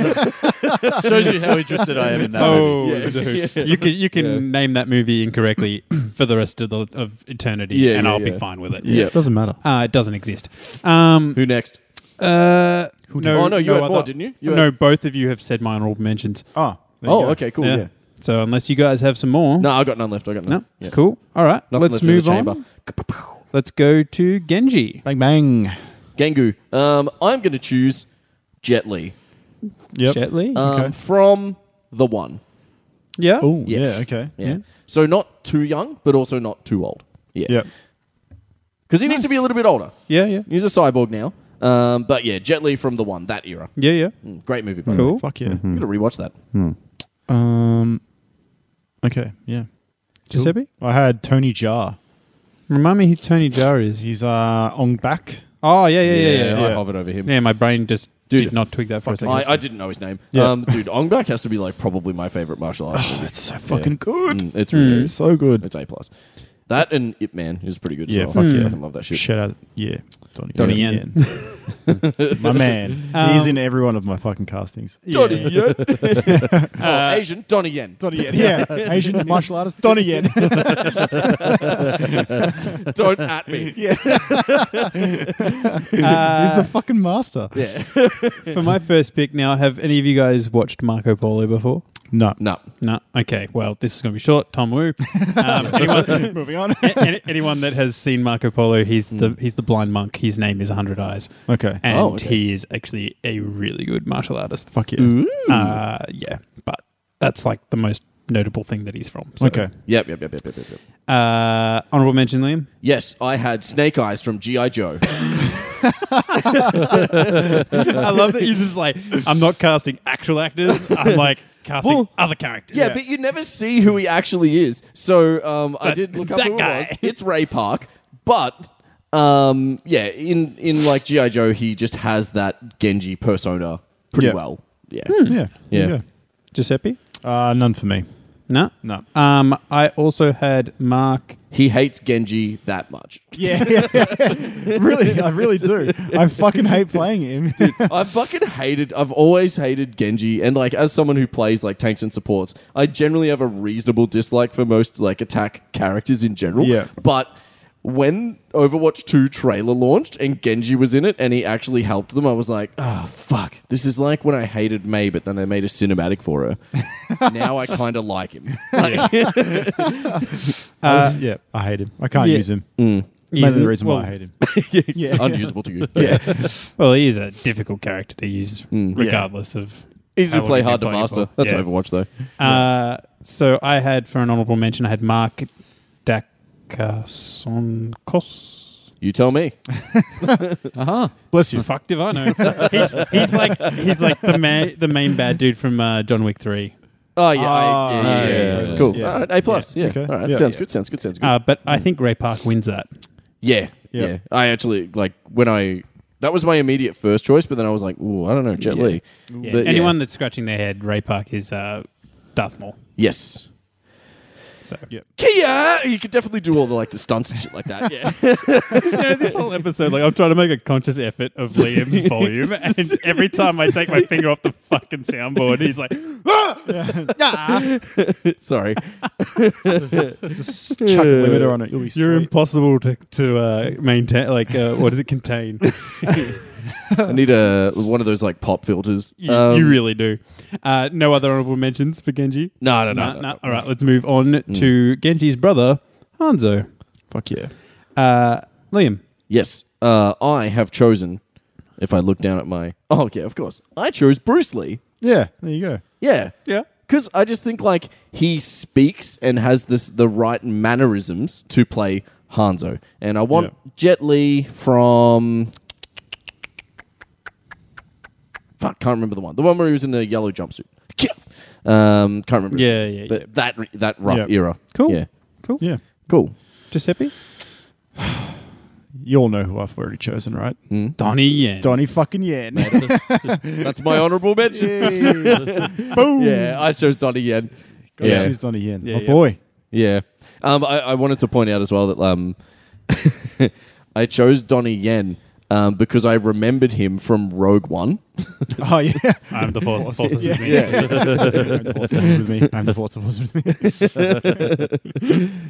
[SPEAKER 4] *laughs* Shows you how interested I am in that.
[SPEAKER 1] Oh,
[SPEAKER 4] movie.
[SPEAKER 1] *laughs* dude. you can you can name that movie incorrectly for the rest of the of eternity,
[SPEAKER 3] Yeah,
[SPEAKER 1] and
[SPEAKER 3] yeah,
[SPEAKER 1] I'll
[SPEAKER 3] yeah.
[SPEAKER 1] be fine with it.
[SPEAKER 3] yeah.
[SPEAKER 2] Doesn't matter.
[SPEAKER 1] Uh, it doesn't exist. Um,
[SPEAKER 3] Who next?
[SPEAKER 1] uh, no,
[SPEAKER 3] Oh no, you had more,
[SPEAKER 1] other-
[SPEAKER 3] didn't you? you
[SPEAKER 1] no,
[SPEAKER 3] Had...
[SPEAKER 1] both of you have said my honorable mentions.
[SPEAKER 2] Oh. there you
[SPEAKER 3] Oh,
[SPEAKER 2] go.
[SPEAKER 3] okay, cool. Yeah.
[SPEAKER 1] So unless you guys have some more,
[SPEAKER 3] No, I got none left. I got none.
[SPEAKER 1] no,
[SPEAKER 3] Yeah.
[SPEAKER 1] cool. All right,
[SPEAKER 3] Nothing
[SPEAKER 1] let's
[SPEAKER 3] left in the
[SPEAKER 1] move
[SPEAKER 3] chamber.
[SPEAKER 1] on. Let's go to Genji.
[SPEAKER 2] Bang bang.
[SPEAKER 3] Gangu. Um, I'm going to choose Jet Li
[SPEAKER 2] Yep.
[SPEAKER 1] Jet Li.
[SPEAKER 3] um,
[SPEAKER 2] Okay.
[SPEAKER 3] from the one.
[SPEAKER 1] yeah.
[SPEAKER 2] Oh,
[SPEAKER 3] Yes.
[SPEAKER 2] yeah, okay.
[SPEAKER 3] Yeah. So not too young, but also not too old. Yeah.
[SPEAKER 2] Yep.
[SPEAKER 3] Because he needs to be a little bit older.
[SPEAKER 1] Yeah. Yeah.
[SPEAKER 3] He's a cyborg now. Um, but yeah, Jet Li from the one that era.
[SPEAKER 1] Yeah. Yeah.
[SPEAKER 3] Mm, great movie. By the way.
[SPEAKER 1] Cool. Mm-hmm.
[SPEAKER 2] Fuck yeah.
[SPEAKER 3] I'm going to rewatch that.
[SPEAKER 2] Um Okay, yeah.
[SPEAKER 1] Giuseppe,
[SPEAKER 2] I had Tony Jar.
[SPEAKER 1] remind me who Tony Jar is.
[SPEAKER 2] He's uh Ong Bak.
[SPEAKER 1] Oh yeah, yeah, yeah, yeah. Yeah,
[SPEAKER 3] I hovered over him.
[SPEAKER 1] Yeah, my brain just
[SPEAKER 3] Dude,
[SPEAKER 1] did not twig that for a second.
[SPEAKER 3] I, I didn't know his name.
[SPEAKER 2] Yeah.
[SPEAKER 3] Um, dude, Ong Bak has to be like probably my favorite martial arts. movie.
[SPEAKER 2] It's so fucking good.
[SPEAKER 3] Mm, it's really
[SPEAKER 2] It's so good.
[SPEAKER 3] it's a plus. That and Ip Man is pretty good. As
[SPEAKER 2] Yeah,
[SPEAKER 3] well.
[SPEAKER 2] fuck yeah.
[SPEAKER 3] I fucking love that shit.
[SPEAKER 2] Shout out, yeah, Donnie,
[SPEAKER 1] Donnie
[SPEAKER 2] Yen. *laughs* my man. Um, He's in every one of my fucking castings.
[SPEAKER 3] Donnie Yen,
[SPEAKER 2] *laughs*
[SPEAKER 3] oh, Asian Donnie Yen.
[SPEAKER 2] Uh, Donnie Yen, *laughs* yeah, Asian martial artist Donnie *laughs* Yen.
[SPEAKER 3] *laughs* Don't
[SPEAKER 2] *laughs*
[SPEAKER 3] at me.
[SPEAKER 2] He's the fucking master.
[SPEAKER 3] Yeah.
[SPEAKER 1] Uh, For my first pick now, have any of you guys watched Marco Polo before?
[SPEAKER 2] No,
[SPEAKER 3] No.
[SPEAKER 1] No. Okay. Well, this is going to be short. Tom Wu.
[SPEAKER 2] *laughs*
[SPEAKER 1] Um, anyone,
[SPEAKER 2] moving on. Hmm.
[SPEAKER 1] a- any- anyone that has seen Marco Polo, he's the he's the blind monk. His name is Hundred Eyes,
[SPEAKER 2] Okay,
[SPEAKER 1] and
[SPEAKER 3] Oh, okay.
[SPEAKER 1] he is actually a really good martial artist.
[SPEAKER 2] fuck yeah.
[SPEAKER 1] Uh, yeah, but that's like the most notable thing that he's from. So.
[SPEAKER 2] Okay,
[SPEAKER 3] Yep, yep, yep, yep, yep, yep. yep.
[SPEAKER 1] Uh, honorable mention,
[SPEAKER 3] *laughs*
[SPEAKER 1] Liam.
[SPEAKER 3] Yes, I had Snake Eyes from G.I. *laughs* Joe.
[SPEAKER 1] I love that you're just like, I'm not casting actual actors. I'm like casting
[SPEAKER 3] Well,
[SPEAKER 1] other characters.
[SPEAKER 3] Yeah, but you never see who he actually is. So um, I
[SPEAKER 1] That-
[SPEAKER 3] did look up
[SPEAKER 1] that
[SPEAKER 3] who
[SPEAKER 1] guy.
[SPEAKER 3] it was. It's Ray Park, but um, yeah, in in like GI Joe, he just has that Genji persona pretty
[SPEAKER 2] Yeah. Hmm.
[SPEAKER 3] well. Yeah,
[SPEAKER 2] yeah,
[SPEAKER 3] Yeah.
[SPEAKER 2] there you
[SPEAKER 1] Giuseppe.
[SPEAKER 2] go. Uh, none for me.
[SPEAKER 1] No.
[SPEAKER 2] No.
[SPEAKER 1] Um, I also had Mark.
[SPEAKER 3] he hates Genji that much.
[SPEAKER 2] Yeah, *laughs* really, I really do. I fucking hate playing *laughs* him.
[SPEAKER 3] I fucking hated. I've always hated Genji, and like as someone who plays like tanks and supports, I generally have a reasonable dislike for most like attack characters in general.
[SPEAKER 2] Yeah.
[SPEAKER 3] but. When Overwatch 2 trailer launched and Genji was in it and he actually helped them, I was like, oh, fuck. This is like when I hated May, but then they made a cinematic for her. *laughs* now I kind of like him. *laughs* Like,
[SPEAKER 2] I was- Uh, yeah, I hate him. I can't
[SPEAKER 1] yeah.
[SPEAKER 2] use him.
[SPEAKER 1] He's-
[SPEAKER 2] Mainly the reason
[SPEAKER 1] well,
[SPEAKER 2] why I hate him.
[SPEAKER 3] yeah. Unusable to you. *laughs* Yeah.
[SPEAKER 1] Well, he is a difficult character to use,
[SPEAKER 3] Hmm.
[SPEAKER 1] regardless of.
[SPEAKER 3] Easy
[SPEAKER 1] how
[SPEAKER 3] to play,
[SPEAKER 1] long
[SPEAKER 3] hard to
[SPEAKER 1] you're playing
[SPEAKER 3] master.
[SPEAKER 1] for.
[SPEAKER 3] That's
[SPEAKER 1] Yeah.
[SPEAKER 3] Overwatch, though.
[SPEAKER 1] Uh, so I had for an honorable mention, I had Mark Dacascos.
[SPEAKER 3] You tell me.
[SPEAKER 2] Bless you.
[SPEAKER 1] Fuck if I know. he's, he's like he's like the ma- the main bad dude from uh, John Wick Three.
[SPEAKER 3] Oh yeah, I,
[SPEAKER 2] Ah,
[SPEAKER 3] yeah, yeah,
[SPEAKER 4] yeah,
[SPEAKER 3] yeah,
[SPEAKER 4] yeah,
[SPEAKER 3] yeah.
[SPEAKER 4] yeah.
[SPEAKER 3] cool.
[SPEAKER 2] Yeah.
[SPEAKER 3] All right, A plus. Yeah.
[SPEAKER 2] Yeah, okay.
[SPEAKER 3] All right.
[SPEAKER 2] Yeah.
[SPEAKER 3] Sounds
[SPEAKER 2] Yeah.
[SPEAKER 3] good. Sounds good. Sounds good.
[SPEAKER 1] Uh, but I think Ray Park wins that.
[SPEAKER 3] yeah, yeah.
[SPEAKER 2] yeah.
[SPEAKER 3] I actually like when I that was my immediate first choice, but then I was like, ooh, I don't know, Jet Li.
[SPEAKER 1] Yeah.
[SPEAKER 3] But yeah.
[SPEAKER 1] Anyone that's scratching their head, Ray Park is uh, Darth Maul.
[SPEAKER 3] Yes.
[SPEAKER 1] So
[SPEAKER 2] Yeah.
[SPEAKER 3] Kia, you could definitely do all the like the stunts and shit like that. Yeah.
[SPEAKER 1] you
[SPEAKER 3] *laughs*
[SPEAKER 1] know, this whole episode, like, I'm trying to make a conscious effort *laughs* of Liam's volume, and every time I take my finger off the fucking soundboard, he's like,
[SPEAKER 3] Sorry.
[SPEAKER 2] Just chuck a limiter on it. You'll be
[SPEAKER 1] *laughs* "You're
[SPEAKER 2] sweet.
[SPEAKER 1] impossible to to uh, maintain." Like, uh, what does it *laughs* contain?
[SPEAKER 3] I need a one of those like pop filters. Um,
[SPEAKER 1] You, you really do. Uh, no other honorable mentions for Genji.
[SPEAKER 3] No, no,
[SPEAKER 1] Nah,
[SPEAKER 3] no. Hmm. no,
[SPEAKER 1] nah.
[SPEAKER 3] no.
[SPEAKER 1] All right, let's move on to Genji's brother Hanzo.
[SPEAKER 2] Fuck yeah.
[SPEAKER 1] Uh, Liam.
[SPEAKER 3] Yes. Uh, I have chosen if I look down at my Oh, yeah, of course. I chose Bruce Lee.
[SPEAKER 2] Yeah, there you go.
[SPEAKER 3] Yeah.
[SPEAKER 1] Yeah.
[SPEAKER 3] Because I just think like he speaks and has this the right mannerisms to play Hanzo, and I want
[SPEAKER 2] Yeah.
[SPEAKER 3] Jet Li from. Fuck, can't remember the one. The one where he was in the yellow jumpsuit. Yeah. Um, can't remember. his
[SPEAKER 1] Yeah,
[SPEAKER 3] name.
[SPEAKER 1] yeah,
[SPEAKER 3] But
[SPEAKER 1] yeah.
[SPEAKER 3] that re- that rough
[SPEAKER 2] Yeah.
[SPEAKER 3] era.
[SPEAKER 1] Cool.
[SPEAKER 3] Yeah.
[SPEAKER 1] Cool.
[SPEAKER 2] Yeah.
[SPEAKER 3] Cool.
[SPEAKER 2] *sighs*
[SPEAKER 1] Giuseppe?
[SPEAKER 2] You all know who I've already chosen, right?
[SPEAKER 1] Donnie Yen.
[SPEAKER 2] Donnie fucking Yen.
[SPEAKER 3] That's my honourable mention. *laughs* Yeah.
[SPEAKER 2] Boom.
[SPEAKER 3] I chose Donnie Yen.
[SPEAKER 2] God,
[SPEAKER 3] yeah.
[SPEAKER 2] she's Donnie Yen.
[SPEAKER 1] Yeah,
[SPEAKER 2] oh
[SPEAKER 1] yeah.
[SPEAKER 2] boy.
[SPEAKER 3] Yeah. Um, I, I wanted to point out as well that um, *laughs* I chose Donnie Yen um, because I remembered him from Rogue One.
[SPEAKER 2] Oh yeah.
[SPEAKER 1] I'm the *laughs* fourth. fourth is
[SPEAKER 2] Yeah.
[SPEAKER 1] me.
[SPEAKER 2] I'm the force of Oz with me. I'm the force of Oz with me.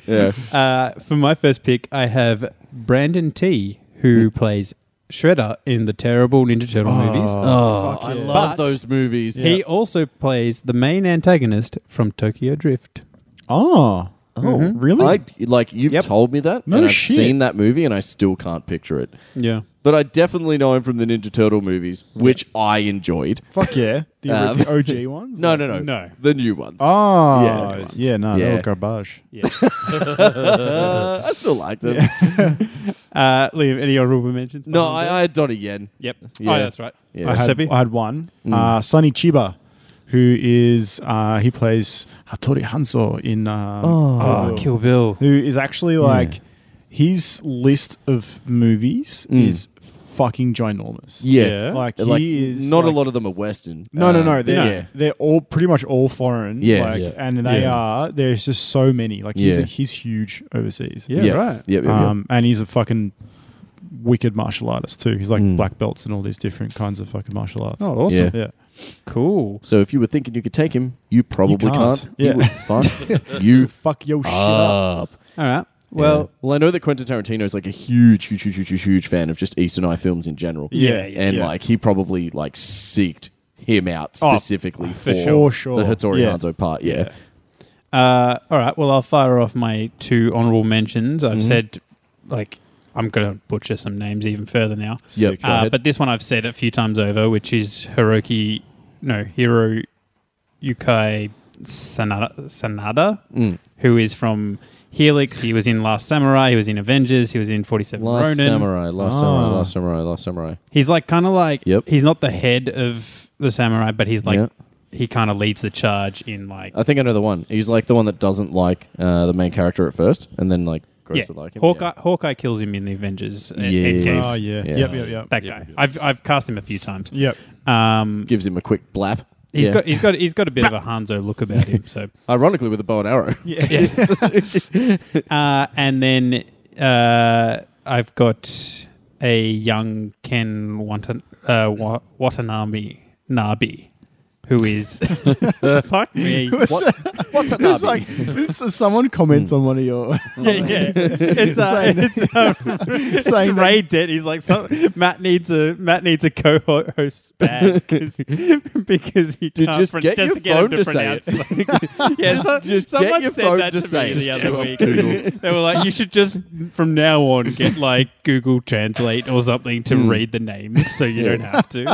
[SPEAKER 3] Yeah.
[SPEAKER 1] Uh, for my first pick, I have Brandon T, who plays Shredder in the terrible Ninja Turtle movies.
[SPEAKER 3] Oh, I love
[SPEAKER 1] But-
[SPEAKER 3] those movies.
[SPEAKER 1] He also plays the main antagonist from Tokyo Drift.
[SPEAKER 2] Oh. Oh, really?
[SPEAKER 3] I, like you've
[SPEAKER 1] Yep.
[SPEAKER 3] told me that,
[SPEAKER 2] No
[SPEAKER 3] and I've
[SPEAKER 2] shit.
[SPEAKER 3] seen that movie, and I still can't picture it.
[SPEAKER 1] Yeah.
[SPEAKER 3] But I definitely know him from the Ninja Turtle movies, which I enjoyed.
[SPEAKER 2] Fuck yeah. The,
[SPEAKER 3] Um,
[SPEAKER 2] the OG ones?
[SPEAKER 3] No, no, no,
[SPEAKER 1] No.
[SPEAKER 3] the new ones.
[SPEAKER 2] Oh.
[SPEAKER 3] Yeah,
[SPEAKER 2] Yeah,
[SPEAKER 3] ones.
[SPEAKER 2] no,
[SPEAKER 3] Yeah.
[SPEAKER 2] they were garbage.
[SPEAKER 3] Uh, I still liked him.
[SPEAKER 1] Uh, Liam, any honorable mentions?
[SPEAKER 3] No, I, I had Donnie Yen.
[SPEAKER 1] Yep.
[SPEAKER 3] Yeah.
[SPEAKER 1] Oh, yeah, that's right.
[SPEAKER 3] Yeah.
[SPEAKER 2] I, had,
[SPEAKER 1] Giuseppe?
[SPEAKER 2] I had one. Uh, Sonny Chiba, who is, uh, he plays Hattori Hanzo in um,
[SPEAKER 1] Oh, Kill Bill.
[SPEAKER 2] who is actually like his list of movies is fucking ginormous.
[SPEAKER 3] Yeah,
[SPEAKER 1] Yeah.
[SPEAKER 2] Like he
[SPEAKER 3] like
[SPEAKER 2] is
[SPEAKER 3] not
[SPEAKER 2] like-
[SPEAKER 3] a lot of them are Western.
[SPEAKER 2] No, no,
[SPEAKER 3] Uh,
[SPEAKER 2] no. They're,
[SPEAKER 3] yeah.
[SPEAKER 2] they're all pretty much all foreign.
[SPEAKER 3] Yeah,
[SPEAKER 2] like,
[SPEAKER 4] yeah.
[SPEAKER 2] and they
[SPEAKER 1] Yeah.
[SPEAKER 2] are. There's just so many. Like he's
[SPEAKER 3] Yeah.
[SPEAKER 2] a, he's huge overseas.
[SPEAKER 1] Yeah,
[SPEAKER 3] yeah,
[SPEAKER 1] right.
[SPEAKER 3] Yeah, yeah, yeah.
[SPEAKER 2] Um, and he's a fucking wicked martial artist too. He's like
[SPEAKER 3] Mm.
[SPEAKER 2] black belts and all these different kinds of fucking martial arts.
[SPEAKER 1] Oh, awesome.
[SPEAKER 3] Yeah.
[SPEAKER 2] yeah.
[SPEAKER 1] Cool.
[SPEAKER 3] So if you were thinking you could take him, you probably
[SPEAKER 2] can't.
[SPEAKER 3] can't.
[SPEAKER 2] Yeah.
[SPEAKER 3] You would fuck you
[SPEAKER 2] Fuck your shit up.
[SPEAKER 3] up.
[SPEAKER 1] All right. Well,
[SPEAKER 3] well, I know that Quentin Tarantino is like a huge, huge, huge, huge, huge, huge fan of just Eastern Eye films in general.
[SPEAKER 2] Yeah, yeah,
[SPEAKER 3] and
[SPEAKER 2] yeah.
[SPEAKER 3] like he probably like seeked him out
[SPEAKER 2] Oh,
[SPEAKER 3] specifically
[SPEAKER 2] for
[SPEAKER 3] for,
[SPEAKER 2] sure, sure.
[SPEAKER 3] the Hattori
[SPEAKER 2] Yeah.
[SPEAKER 3] Hanzo part. Yeah,
[SPEAKER 2] Yeah.
[SPEAKER 1] uh, all right. Well, I'll fire off my two honorable mentions. I've
[SPEAKER 3] Mhm.
[SPEAKER 1] said, like, I'm going to butcher some names even further now.
[SPEAKER 3] Yep.
[SPEAKER 2] Sick.
[SPEAKER 3] Go
[SPEAKER 1] Uh,
[SPEAKER 3] ahead.
[SPEAKER 1] but this one I've said a few times over, which is Hiroki, no, Hiro Yukai Sanada, Sanada
[SPEAKER 3] Mm.
[SPEAKER 1] who is from Helix. He was in Last Samurai. He was in Avengers. He was in 47
[SPEAKER 3] Last
[SPEAKER 1] Ronin.
[SPEAKER 3] Samurai, Last Samurai,
[SPEAKER 2] Ah.
[SPEAKER 3] Last Samurai, Last Samurai.
[SPEAKER 1] He's like kind of like,
[SPEAKER 3] Yep.
[SPEAKER 1] he's not the head of the samurai, but he's like,
[SPEAKER 3] Yep.
[SPEAKER 1] he kind of leads the charge in like,
[SPEAKER 3] I think I know the one. He's like the one that doesn't like uh, the main character at first, and then like grows
[SPEAKER 1] yeah,
[SPEAKER 3] to like him.
[SPEAKER 1] Hawkeye, Hawkeye kills him in the Avengers. Ed- Ed
[SPEAKER 3] Yes.
[SPEAKER 1] Gein.
[SPEAKER 2] Oh yeah.
[SPEAKER 3] Yeah.
[SPEAKER 2] Yep. Yep. Yep.
[SPEAKER 1] That
[SPEAKER 4] Yeah.
[SPEAKER 1] guy. I've, I've cast him a few times.
[SPEAKER 3] *laughs*
[SPEAKER 2] Yep.
[SPEAKER 1] Um,
[SPEAKER 3] gives him a quick blap.
[SPEAKER 1] he's
[SPEAKER 3] Yeah.
[SPEAKER 1] got, he's got, he's got a bit
[SPEAKER 3] *laughs*
[SPEAKER 1] of a Hanzo look about him. So
[SPEAKER 3] ironically with a bow and arrow. *laughs*
[SPEAKER 1] *laughs* Uh, and then uh, I've got a young Ken Watan- uh, Wa- Watanabe Nabi, who is *laughs* fuck me.
[SPEAKER 3] *laughs* What?
[SPEAKER 2] *laughs*
[SPEAKER 3] What's
[SPEAKER 2] It's like this is someone
[SPEAKER 3] Mm.
[SPEAKER 2] comments on one of your
[SPEAKER 1] *laughs* Yeah,
[SPEAKER 2] *laughs*
[SPEAKER 3] *laughs*
[SPEAKER 1] yeah. It's, uh, it's, um, *laughs* it's
[SPEAKER 2] Saying that-
[SPEAKER 1] Ray did. He's like, so, Matt needs a Matt needs a co-host
[SPEAKER 3] *laughs*
[SPEAKER 1] back because *laughs* because he
[SPEAKER 3] Dude,
[SPEAKER 1] can't
[SPEAKER 3] just
[SPEAKER 1] pro-
[SPEAKER 3] get
[SPEAKER 1] just to
[SPEAKER 3] your
[SPEAKER 1] get
[SPEAKER 3] phone
[SPEAKER 1] him
[SPEAKER 3] to say
[SPEAKER 1] pronounce it. *laughs*
[SPEAKER 3] *laughs*
[SPEAKER 1] yeah,
[SPEAKER 3] Just-
[SPEAKER 1] so,
[SPEAKER 3] just get
[SPEAKER 1] someone
[SPEAKER 3] your
[SPEAKER 1] said
[SPEAKER 3] phone
[SPEAKER 1] that
[SPEAKER 3] to
[SPEAKER 1] to,
[SPEAKER 3] say
[SPEAKER 1] me
[SPEAKER 3] it.
[SPEAKER 1] the
[SPEAKER 3] Just
[SPEAKER 1] other
[SPEAKER 3] get on
[SPEAKER 1] week.
[SPEAKER 3] Google.
[SPEAKER 1] *laughs* they were like, you should just from now on get like Google Translate or something to
[SPEAKER 3] Hmm.
[SPEAKER 1] read the names so you don't have
[SPEAKER 3] *laughs*
[SPEAKER 1] to.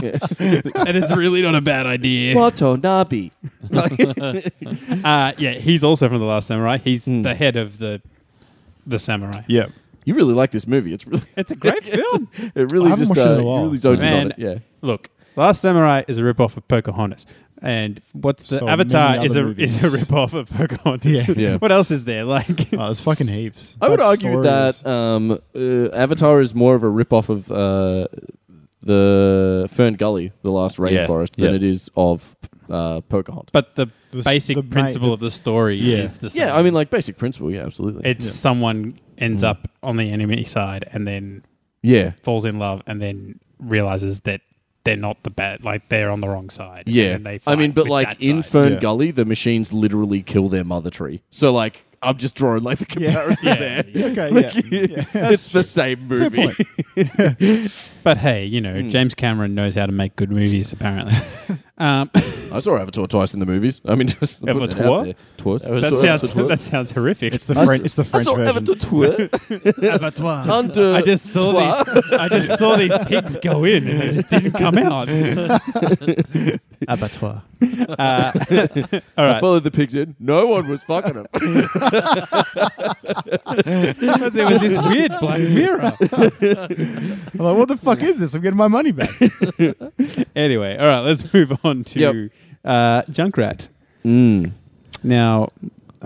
[SPEAKER 1] and it's really not a bad idea.
[SPEAKER 3] Watanabe.
[SPEAKER 1] Uh, yeah, he's also from the Last Samurai. He's
[SPEAKER 3] Hmm.
[SPEAKER 1] the head of the the samurai.
[SPEAKER 2] yeah.
[SPEAKER 3] You really like this movie. It's really, *laughs*
[SPEAKER 1] It's a great
[SPEAKER 3] it's-
[SPEAKER 1] film.
[SPEAKER 3] It
[SPEAKER 2] I
[SPEAKER 3] really
[SPEAKER 2] haven't
[SPEAKER 3] just
[SPEAKER 2] watched it in
[SPEAKER 3] uh,
[SPEAKER 2] a
[SPEAKER 3] you
[SPEAKER 2] while.
[SPEAKER 3] really zoned in on
[SPEAKER 1] Man,
[SPEAKER 3] it. Yeah.
[SPEAKER 1] Look, Last Samurai is a rip-off of Pocahontas. And what's the
[SPEAKER 2] So
[SPEAKER 1] Avatar
[SPEAKER 2] many
[SPEAKER 1] is
[SPEAKER 2] other
[SPEAKER 1] a
[SPEAKER 2] movies.
[SPEAKER 1] is a rip-off of Pocahontas.
[SPEAKER 2] Yeah.
[SPEAKER 1] *laughs*
[SPEAKER 3] Yeah.
[SPEAKER 1] what else is there? Like
[SPEAKER 2] *laughs* Oh, there's fucking heaps.
[SPEAKER 3] I would
[SPEAKER 2] Bad
[SPEAKER 3] argue
[SPEAKER 2] stories.
[SPEAKER 3] *laughs* that um, uh, Avatar is more of a rip-off of uh, the Fern Gully, the last rainforest,
[SPEAKER 4] Yeah.
[SPEAKER 3] than it is of uh, Pocahontas.
[SPEAKER 1] but the,
[SPEAKER 2] The s-
[SPEAKER 1] basic
[SPEAKER 2] the ma-
[SPEAKER 1] principle
[SPEAKER 2] the-
[SPEAKER 1] of the story
[SPEAKER 2] Yeah.
[SPEAKER 1] is the same.
[SPEAKER 3] yeah, I mean, like basic principle. Yeah, absolutely.
[SPEAKER 1] it's someone ends
[SPEAKER 2] Mm.
[SPEAKER 1] up on the enemy side and then
[SPEAKER 3] yeah,
[SPEAKER 1] falls in love and then realizes that they're not the bad like they're on the wrong side.
[SPEAKER 3] yeah.
[SPEAKER 1] And they
[SPEAKER 3] I
[SPEAKER 1] fight
[SPEAKER 3] mean, but
[SPEAKER 1] with
[SPEAKER 3] like
[SPEAKER 1] that
[SPEAKER 3] in
[SPEAKER 1] side.
[SPEAKER 3] Fern
[SPEAKER 2] Yeah.
[SPEAKER 3] Gully, the machines literally kill their mother tree. So like, I'm just drawing like the comparison
[SPEAKER 1] Yeah,
[SPEAKER 3] there. *laughs*
[SPEAKER 1] yeah. *laughs*
[SPEAKER 2] Okay, yeah. yeah.
[SPEAKER 3] it's the same movie.
[SPEAKER 1] But hey, you
[SPEAKER 3] Hmm.
[SPEAKER 1] know, James Cameron knows how to make good movies
[SPEAKER 3] *laughs*
[SPEAKER 1] apparently. um,
[SPEAKER 3] I saw Avatar twice in the movies. I mean, *laughs* just putting it
[SPEAKER 1] Avatar?
[SPEAKER 3] out there. Twice.
[SPEAKER 1] that sounds *laughs* that sounds horrific.
[SPEAKER 2] It's the
[SPEAKER 3] I
[SPEAKER 2] French.
[SPEAKER 3] saw-
[SPEAKER 2] It's the
[SPEAKER 3] I
[SPEAKER 2] French
[SPEAKER 3] saw
[SPEAKER 2] version.
[SPEAKER 3] *laughs* Avatar twice. Under
[SPEAKER 1] I just saw these. I just saw these pigs go in, and they just didn't come
[SPEAKER 3] *laughs*
[SPEAKER 1] out.
[SPEAKER 2] Abattoir.
[SPEAKER 1] Uh, *laughs* all
[SPEAKER 3] I
[SPEAKER 1] right,
[SPEAKER 3] followed the pigs in. No one was fucking them.
[SPEAKER 1] there was this weird black mirror.
[SPEAKER 2] I'm like, what the fuck is this? I'm getting my
[SPEAKER 4] *laughs*
[SPEAKER 2] money back.
[SPEAKER 1] Anyway, all right, let's move on to
[SPEAKER 3] Yep. Mm.
[SPEAKER 1] uh, Junkrat, Now,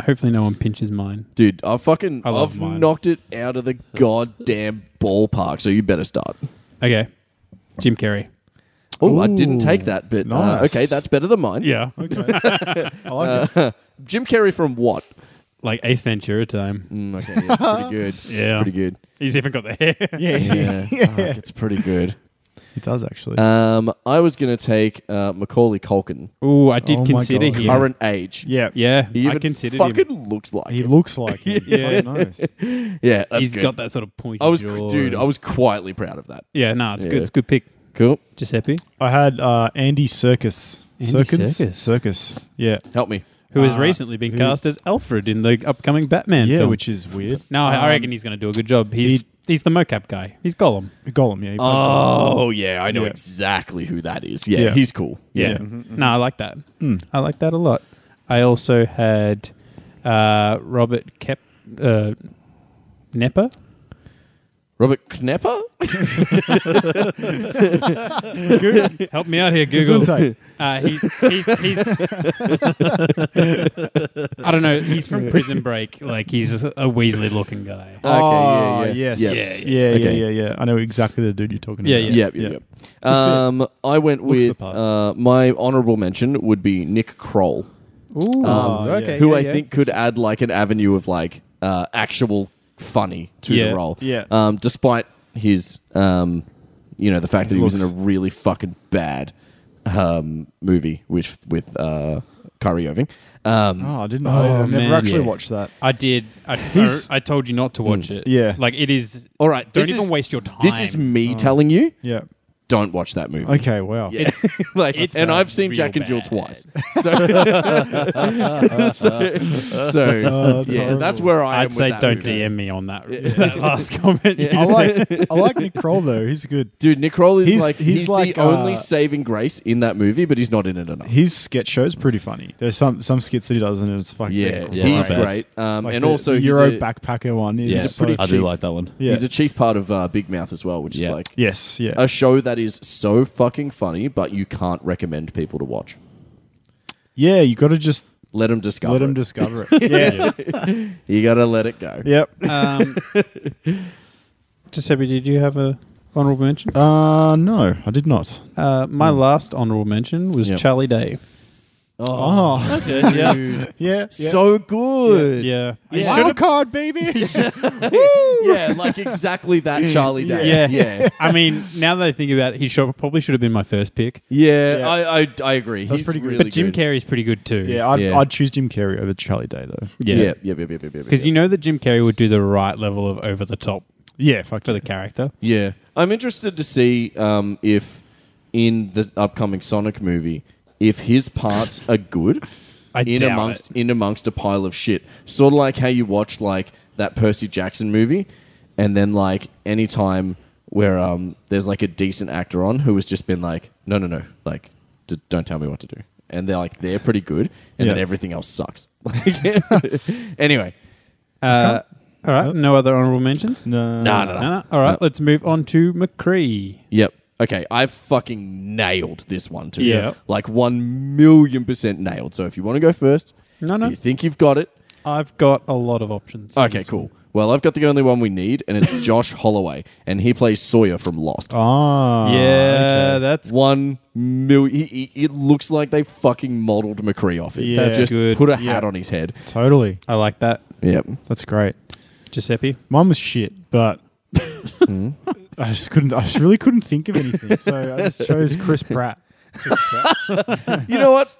[SPEAKER 1] hopefully, no one pinches mine.
[SPEAKER 3] Dude, I fucking
[SPEAKER 1] I love
[SPEAKER 3] I've
[SPEAKER 1] mine.
[SPEAKER 3] knocked it out of the goddamn ballpark. So you better start.
[SPEAKER 1] Okay, Jim Carrey.
[SPEAKER 3] Oh, I
[SPEAKER 2] Ooh,
[SPEAKER 3] didn't take that, but uh,
[SPEAKER 2] nice.
[SPEAKER 3] okay, that's better than mine. Uh,
[SPEAKER 1] Yeah,
[SPEAKER 2] I like it.
[SPEAKER 3] *laughs* Jim Carrey from what?
[SPEAKER 1] like Ace Ventura time.
[SPEAKER 3] Mm, okay, yeah, that's pretty good.
[SPEAKER 1] Yeah.
[SPEAKER 3] pretty good.
[SPEAKER 1] He's even got the hair.
[SPEAKER 2] Yeah, Uh-huh. Uh,
[SPEAKER 3] Yeah, fuck, it's pretty good.
[SPEAKER 2] it does actually.
[SPEAKER 3] Um, I was gonna take uh, Macaulay Culkin,
[SPEAKER 1] *laughs* Ooh, I did
[SPEAKER 2] Oh my
[SPEAKER 1] consider
[SPEAKER 2] God.
[SPEAKER 1] him.
[SPEAKER 3] current age.
[SPEAKER 2] yeah,
[SPEAKER 1] Yeah,
[SPEAKER 3] he even
[SPEAKER 1] I considered
[SPEAKER 3] fucking
[SPEAKER 1] him.
[SPEAKER 3] looks like.
[SPEAKER 2] he
[SPEAKER 3] He,
[SPEAKER 2] looks like him.
[SPEAKER 1] Yeah.
[SPEAKER 2] yeah. Nice.
[SPEAKER 3] yeah, that's
[SPEAKER 1] He's
[SPEAKER 3] good.
[SPEAKER 1] got that sort of pointy.
[SPEAKER 3] I was,
[SPEAKER 1] jaw
[SPEAKER 3] dude,
[SPEAKER 1] and-
[SPEAKER 3] I was quietly proud of that.
[SPEAKER 1] Yeah, no, it's good.
[SPEAKER 3] Yeah.
[SPEAKER 1] It's a good pick,
[SPEAKER 3] Cool.
[SPEAKER 1] Giuseppe.
[SPEAKER 2] I had uh, Andy Circus.
[SPEAKER 1] Andy
[SPEAKER 2] Circus?
[SPEAKER 1] Serkis.
[SPEAKER 2] Circus. Yeah.
[SPEAKER 3] Help me.
[SPEAKER 1] who has
[SPEAKER 2] Uh,
[SPEAKER 1] recently been
[SPEAKER 2] who-
[SPEAKER 1] cast as Alfred in the upcoming Batman
[SPEAKER 2] Yeah,
[SPEAKER 1] film.
[SPEAKER 2] which is weird.
[SPEAKER 1] no, I- I
[SPEAKER 2] Um,
[SPEAKER 1] reckon he's going to do a good job. He's he's the mocap guy. He's Gollum.
[SPEAKER 2] Gollum, yeah. he played
[SPEAKER 3] Oh yeah, I know
[SPEAKER 2] Yeah.
[SPEAKER 3] exactly who that is. Yeah,
[SPEAKER 2] Yeah.
[SPEAKER 3] he's cool.
[SPEAKER 1] Yeah. Mm-hmm.
[SPEAKER 2] Yeah.
[SPEAKER 1] No, I like that.
[SPEAKER 2] Hmm.
[SPEAKER 1] I like that a lot. I also had uh, Robert Kep uh,
[SPEAKER 2] *laughs*
[SPEAKER 1] Nepper.
[SPEAKER 3] Robert Knepper.
[SPEAKER 1] Google, help me out here, Google.
[SPEAKER 2] Gesundheit.
[SPEAKER 1] Uh, he's, he's, he's, *laughs* I don't know. He's from Prison Break. Like he's a Weasley-looking guy.
[SPEAKER 2] Oh,
[SPEAKER 3] Okay, yeah, yeah.
[SPEAKER 2] yes.
[SPEAKER 3] Yes.
[SPEAKER 2] Yeah, yeah,
[SPEAKER 3] Okay.
[SPEAKER 2] yeah, yeah, I know exactly the dude you're talking
[SPEAKER 1] Yeah,
[SPEAKER 2] about.
[SPEAKER 1] yeah.
[SPEAKER 3] Yep, yep, yep. Um, I went
[SPEAKER 2] Looks the
[SPEAKER 3] with
[SPEAKER 2] part.
[SPEAKER 3] uh, my honourable mention would be Nick Kroll,
[SPEAKER 1] Ooh,
[SPEAKER 2] Oh, okay,
[SPEAKER 3] who I think could add like an avenue of like uh, actual funny to
[SPEAKER 1] Yeah,
[SPEAKER 3] the role.
[SPEAKER 2] yeah.
[SPEAKER 3] Um, despite his, um, you know, the fact that he was
[SPEAKER 2] looks.
[SPEAKER 3] in a really fucking bad um, movie with with uh, Kyrie Irving. Um,
[SPEAKER 2] Oh, I didn't know.
[SPEAKER 1] Oh,
[SPEAKER 2] I've
[SPEAKER 1] man,
[SPEAKER 2] never actually
[SPEAKER 1] yeah.
[SPEAKER 2] watched that.
[SPEAKER 1] I did. I, I,
[SPEAKER 2] He's- Hmm.
[SPEAKER 1] I told you not to watch it.
[SPEAKER 2] Yeah.
[SPEAKER 1] Like it is.
[SPEAKER 3] All right,
[SPEAKER 1] Don't
[SPEAKER 3] this
[SPEAKER 1] even
[SPEAKER 3] is-
[SPEAKER 1] waste your Oh, time.
[SPEAKER 3] This is me telling you,
[SPEAKER 2] Yeah.
[SPEAKER 3] don't watch that movie. *laughs*
[SPEAKER 2] Okay, wow.
[SPEAKER 3] Yeah. like,
[SPEAKER 1] it's
[SPEAKER 3] and
[SPEAKER 1] not
[SPEAKER 3] I've seen
[SPEAKER 1] real
[SPEAKER 3] Jack and Jill
[SPEAKER 1] bad. *laughs* Oh,
[SPEAKER 3] twice. *laughs* So, so, so,
[SPEAKER 2] Oh, that's
[SPEAKER 3] yeah,
[SPEAKER 2] horrible.
[SPEAKER 3] that's where I am.
[SPEAKER 1] I'd
[SPEAKER 3] with
[SPEAKER 1] say
[SPEAKER 3] that
[SPEAKER 1] don't
[SPEAKER 3] movie.
[SPEAKER 1] DM me on
[SPEAKER 3] *laughs*
[SPEAKER 1] that, that last comment.
[SPEAKER 2] I like I like Nick Kroll though. He's good.
[SPEAKER 3] Dude, Nick Kroll is
[SPEAKER 2] He's-
[SPEAKER 3] like he's,
[SPEAKER 2] he's like,
[SPEAKER 3] the only
[SPEAKER 2] uh,
[SPEAKER 3] saving grace in that movie, but he's not in it enough.
[SPEAKER 2] His sketch show's pretty funny. There's some some skits that he does and it's fucking
[SPEAKER 3] Yeah,
[SPEAKER 2] cool.
[SPEAKER 4] yeah,
[SPEAKER 3] he's
[SPEAKER 4] not bad.
[SPEAKER 3] great. Um,
[SPEAKER 2] Like
[SPEAKER 3] and
[SPEAKER 2] the-
[SPEAKER 3] also,
[SPEAKER 2] the
[SPEAKER 3] he's
[SPEAKER 2] Euro
[SPEAKER 3] a,
[SPEAKER 2] backpacker one is
[SPEAKER 4] Yeah,
[SPEAKER 3] He's a pretty
[SPEAKER 4] I
[SPEAKER 3] chief.
[SPEAKER 4] do like that one.
[SPEAKER 2] Yeah.
[SPEAKER 3] he's a chief part of uh, Big Mouth as well, which is
[SPEAKER 4] Yeah.
[SPEAKER 3] like
[SPEAKER 2] yes, yeah.
[SPEAKER 3] a show that is so fucking funny, but you can't recommend people to watch.
[SPEAKER 2] yeah, you got to just
[SPEAKER 3] Let them discover.
[SPEAKER 2] let him
[SPEAKER 3] it.
[SPEAKER 2] discover it. yeah.
[SPEAKER 3] *laughs* you gotta let it go.
[SPEAKER 2] yep.
[SPEAKER 1] Um, Giuseppe, did you have a honorable mention?
[SPEAKER 2] Uh no, I did not.
[SPEAKER 1] Uh, my last honorable mention was
[SPEAKER 3] Hmm. Yeah.
[SPEAKER 1] Charlie Day.
[SPEAKER 2] Oh.
[SPEAKER 1] *laughs*
[SPEAKER 3] dude.
[SPEAKER 2] *laughs* Yeah.
[SPEAKER 3] so good.
[SPEAKER 1] Yeah.
[SPEAKER 3] Yeah.
[SPEAKER 2] Wild card
[SPEAKER 3] *laughs*
[SPEAKER 2] baby. *laughs*
[SPEAKER 3] yeah, like exactly that Charlie Day.
[SPEAKER 1] Yeah.
[SPEAKER 3] yeah,
[SPEAKER 1] *laughs* I mean, now that I think about it, he should, probably should have been my first pick.
[SPEAKER 3] yeah.
[SPEAKER 2] Yeah.
[SPEAKER 3] I, I, I agree.
[SPEAKER 2] That's
[SPEAKER 3] He's
[SPEAKER 2] pretty good.
[SPEAKER 3] Really
[SPEAKER 1] But Jim
[SPEAKER 3] good.
[SPEAKER 1] Carrey's pretty good too.
[SPEAKER 2] yeah, I'd,
[SPEAKER 3] Yeah.
[SPEAKER 2] I'd choose Jim Carrey over Charlie Day though.
[SPEAKER 1] Yeah.
[SPEAKER 3] Yeah, yeah, yeah, yeah, yeah, yeah.
[SPEAKER 1] Because you know that Jim Carrey would do the right level of over the top
[SPEAKER 2] Yeah, fuck
[SPEAKER 1] for the character.
[SPEAKER 3] Yeah, I'm interested to see um, if in the upcoming Sonic movie, if his parts are good
[SPEAKER 1] I
[SPEAKER 3] in
[SPEAKER 1] doubt
[SPEAKER 3] amongst in amongst a pile of shit. Sort of like how you watch like that Percy Jackson movie, and then like any time where um, there's like a decent actor on who has just been like, no, no, no, like d- don't tell me what to do, and they're like they're pretty good, and then
[SPEAKER 2] Yeah.
[SPEAKER 3] everything else sucks. *laughs* anyway,
[SPEAKER 1] it. Uh, all right. No other honorable mentions?
[SPEAKER 2] No.
[SPEAKER 3] Nah, nah,
[SPEAKER 1] No,
[SPEAKER 3] nah.
[SPEAKER 1] no. All right. Let's move on to McCree.
[SPEAKER 3] Yep. Okay, I fucking nailed this one too.
[SPEAKER 1] Yeah.
[SPEAKER 3] Like one million percent nailed. So if you want to go first,
[SPEAKER 1] No, no.
[SPEAKER 3] you think you've got it.
[SPEAKER 1] I've got a lot of options. on
[SPEAKER 3] Okay,
[SPEAKER 1] this
[SPEAKER 3] cool. Well, I've got the only one we need, and
[SPEAKER 1] *laughs*
[SPEAKER 3] it's Josh Holloway, and he plays Sawyer from Lost.
[SPEAKER 2] Ah.
[SPEAKER 1] one. Yeah, Oh, that's
[SPEAKER 3] One million. He, he, it looks like they fucking modeled McCree off it.
[SPEAKER 2] Yeah. That's
[SPEAKER 3] just
[SPEAKER 1] good.
[SPEAKER 3] put a
[SPEAKER 2] Yeah.
[SPEAKER 3] hat on his head.
[SPEAKER 2] Totally.
[SPEAKER 1] I like that.
[SPEAKER 3] Yep.
[SPEAKER 2] That's great.
[SPEAKER 1] Giuseppe.
[SPEAKER 2] Mine was shit, but
[SPEAKER 3] Hmm.
[SPEAKER 2] *laughs* I just couldn't. I just really couldn't think of anything, so I
[SPEAKER 3] *laughs*
[SPEAKER 2] just chose Chris Pratt.
[SPEAKER 1] *laughs*
[SPEAKER 3] you know what?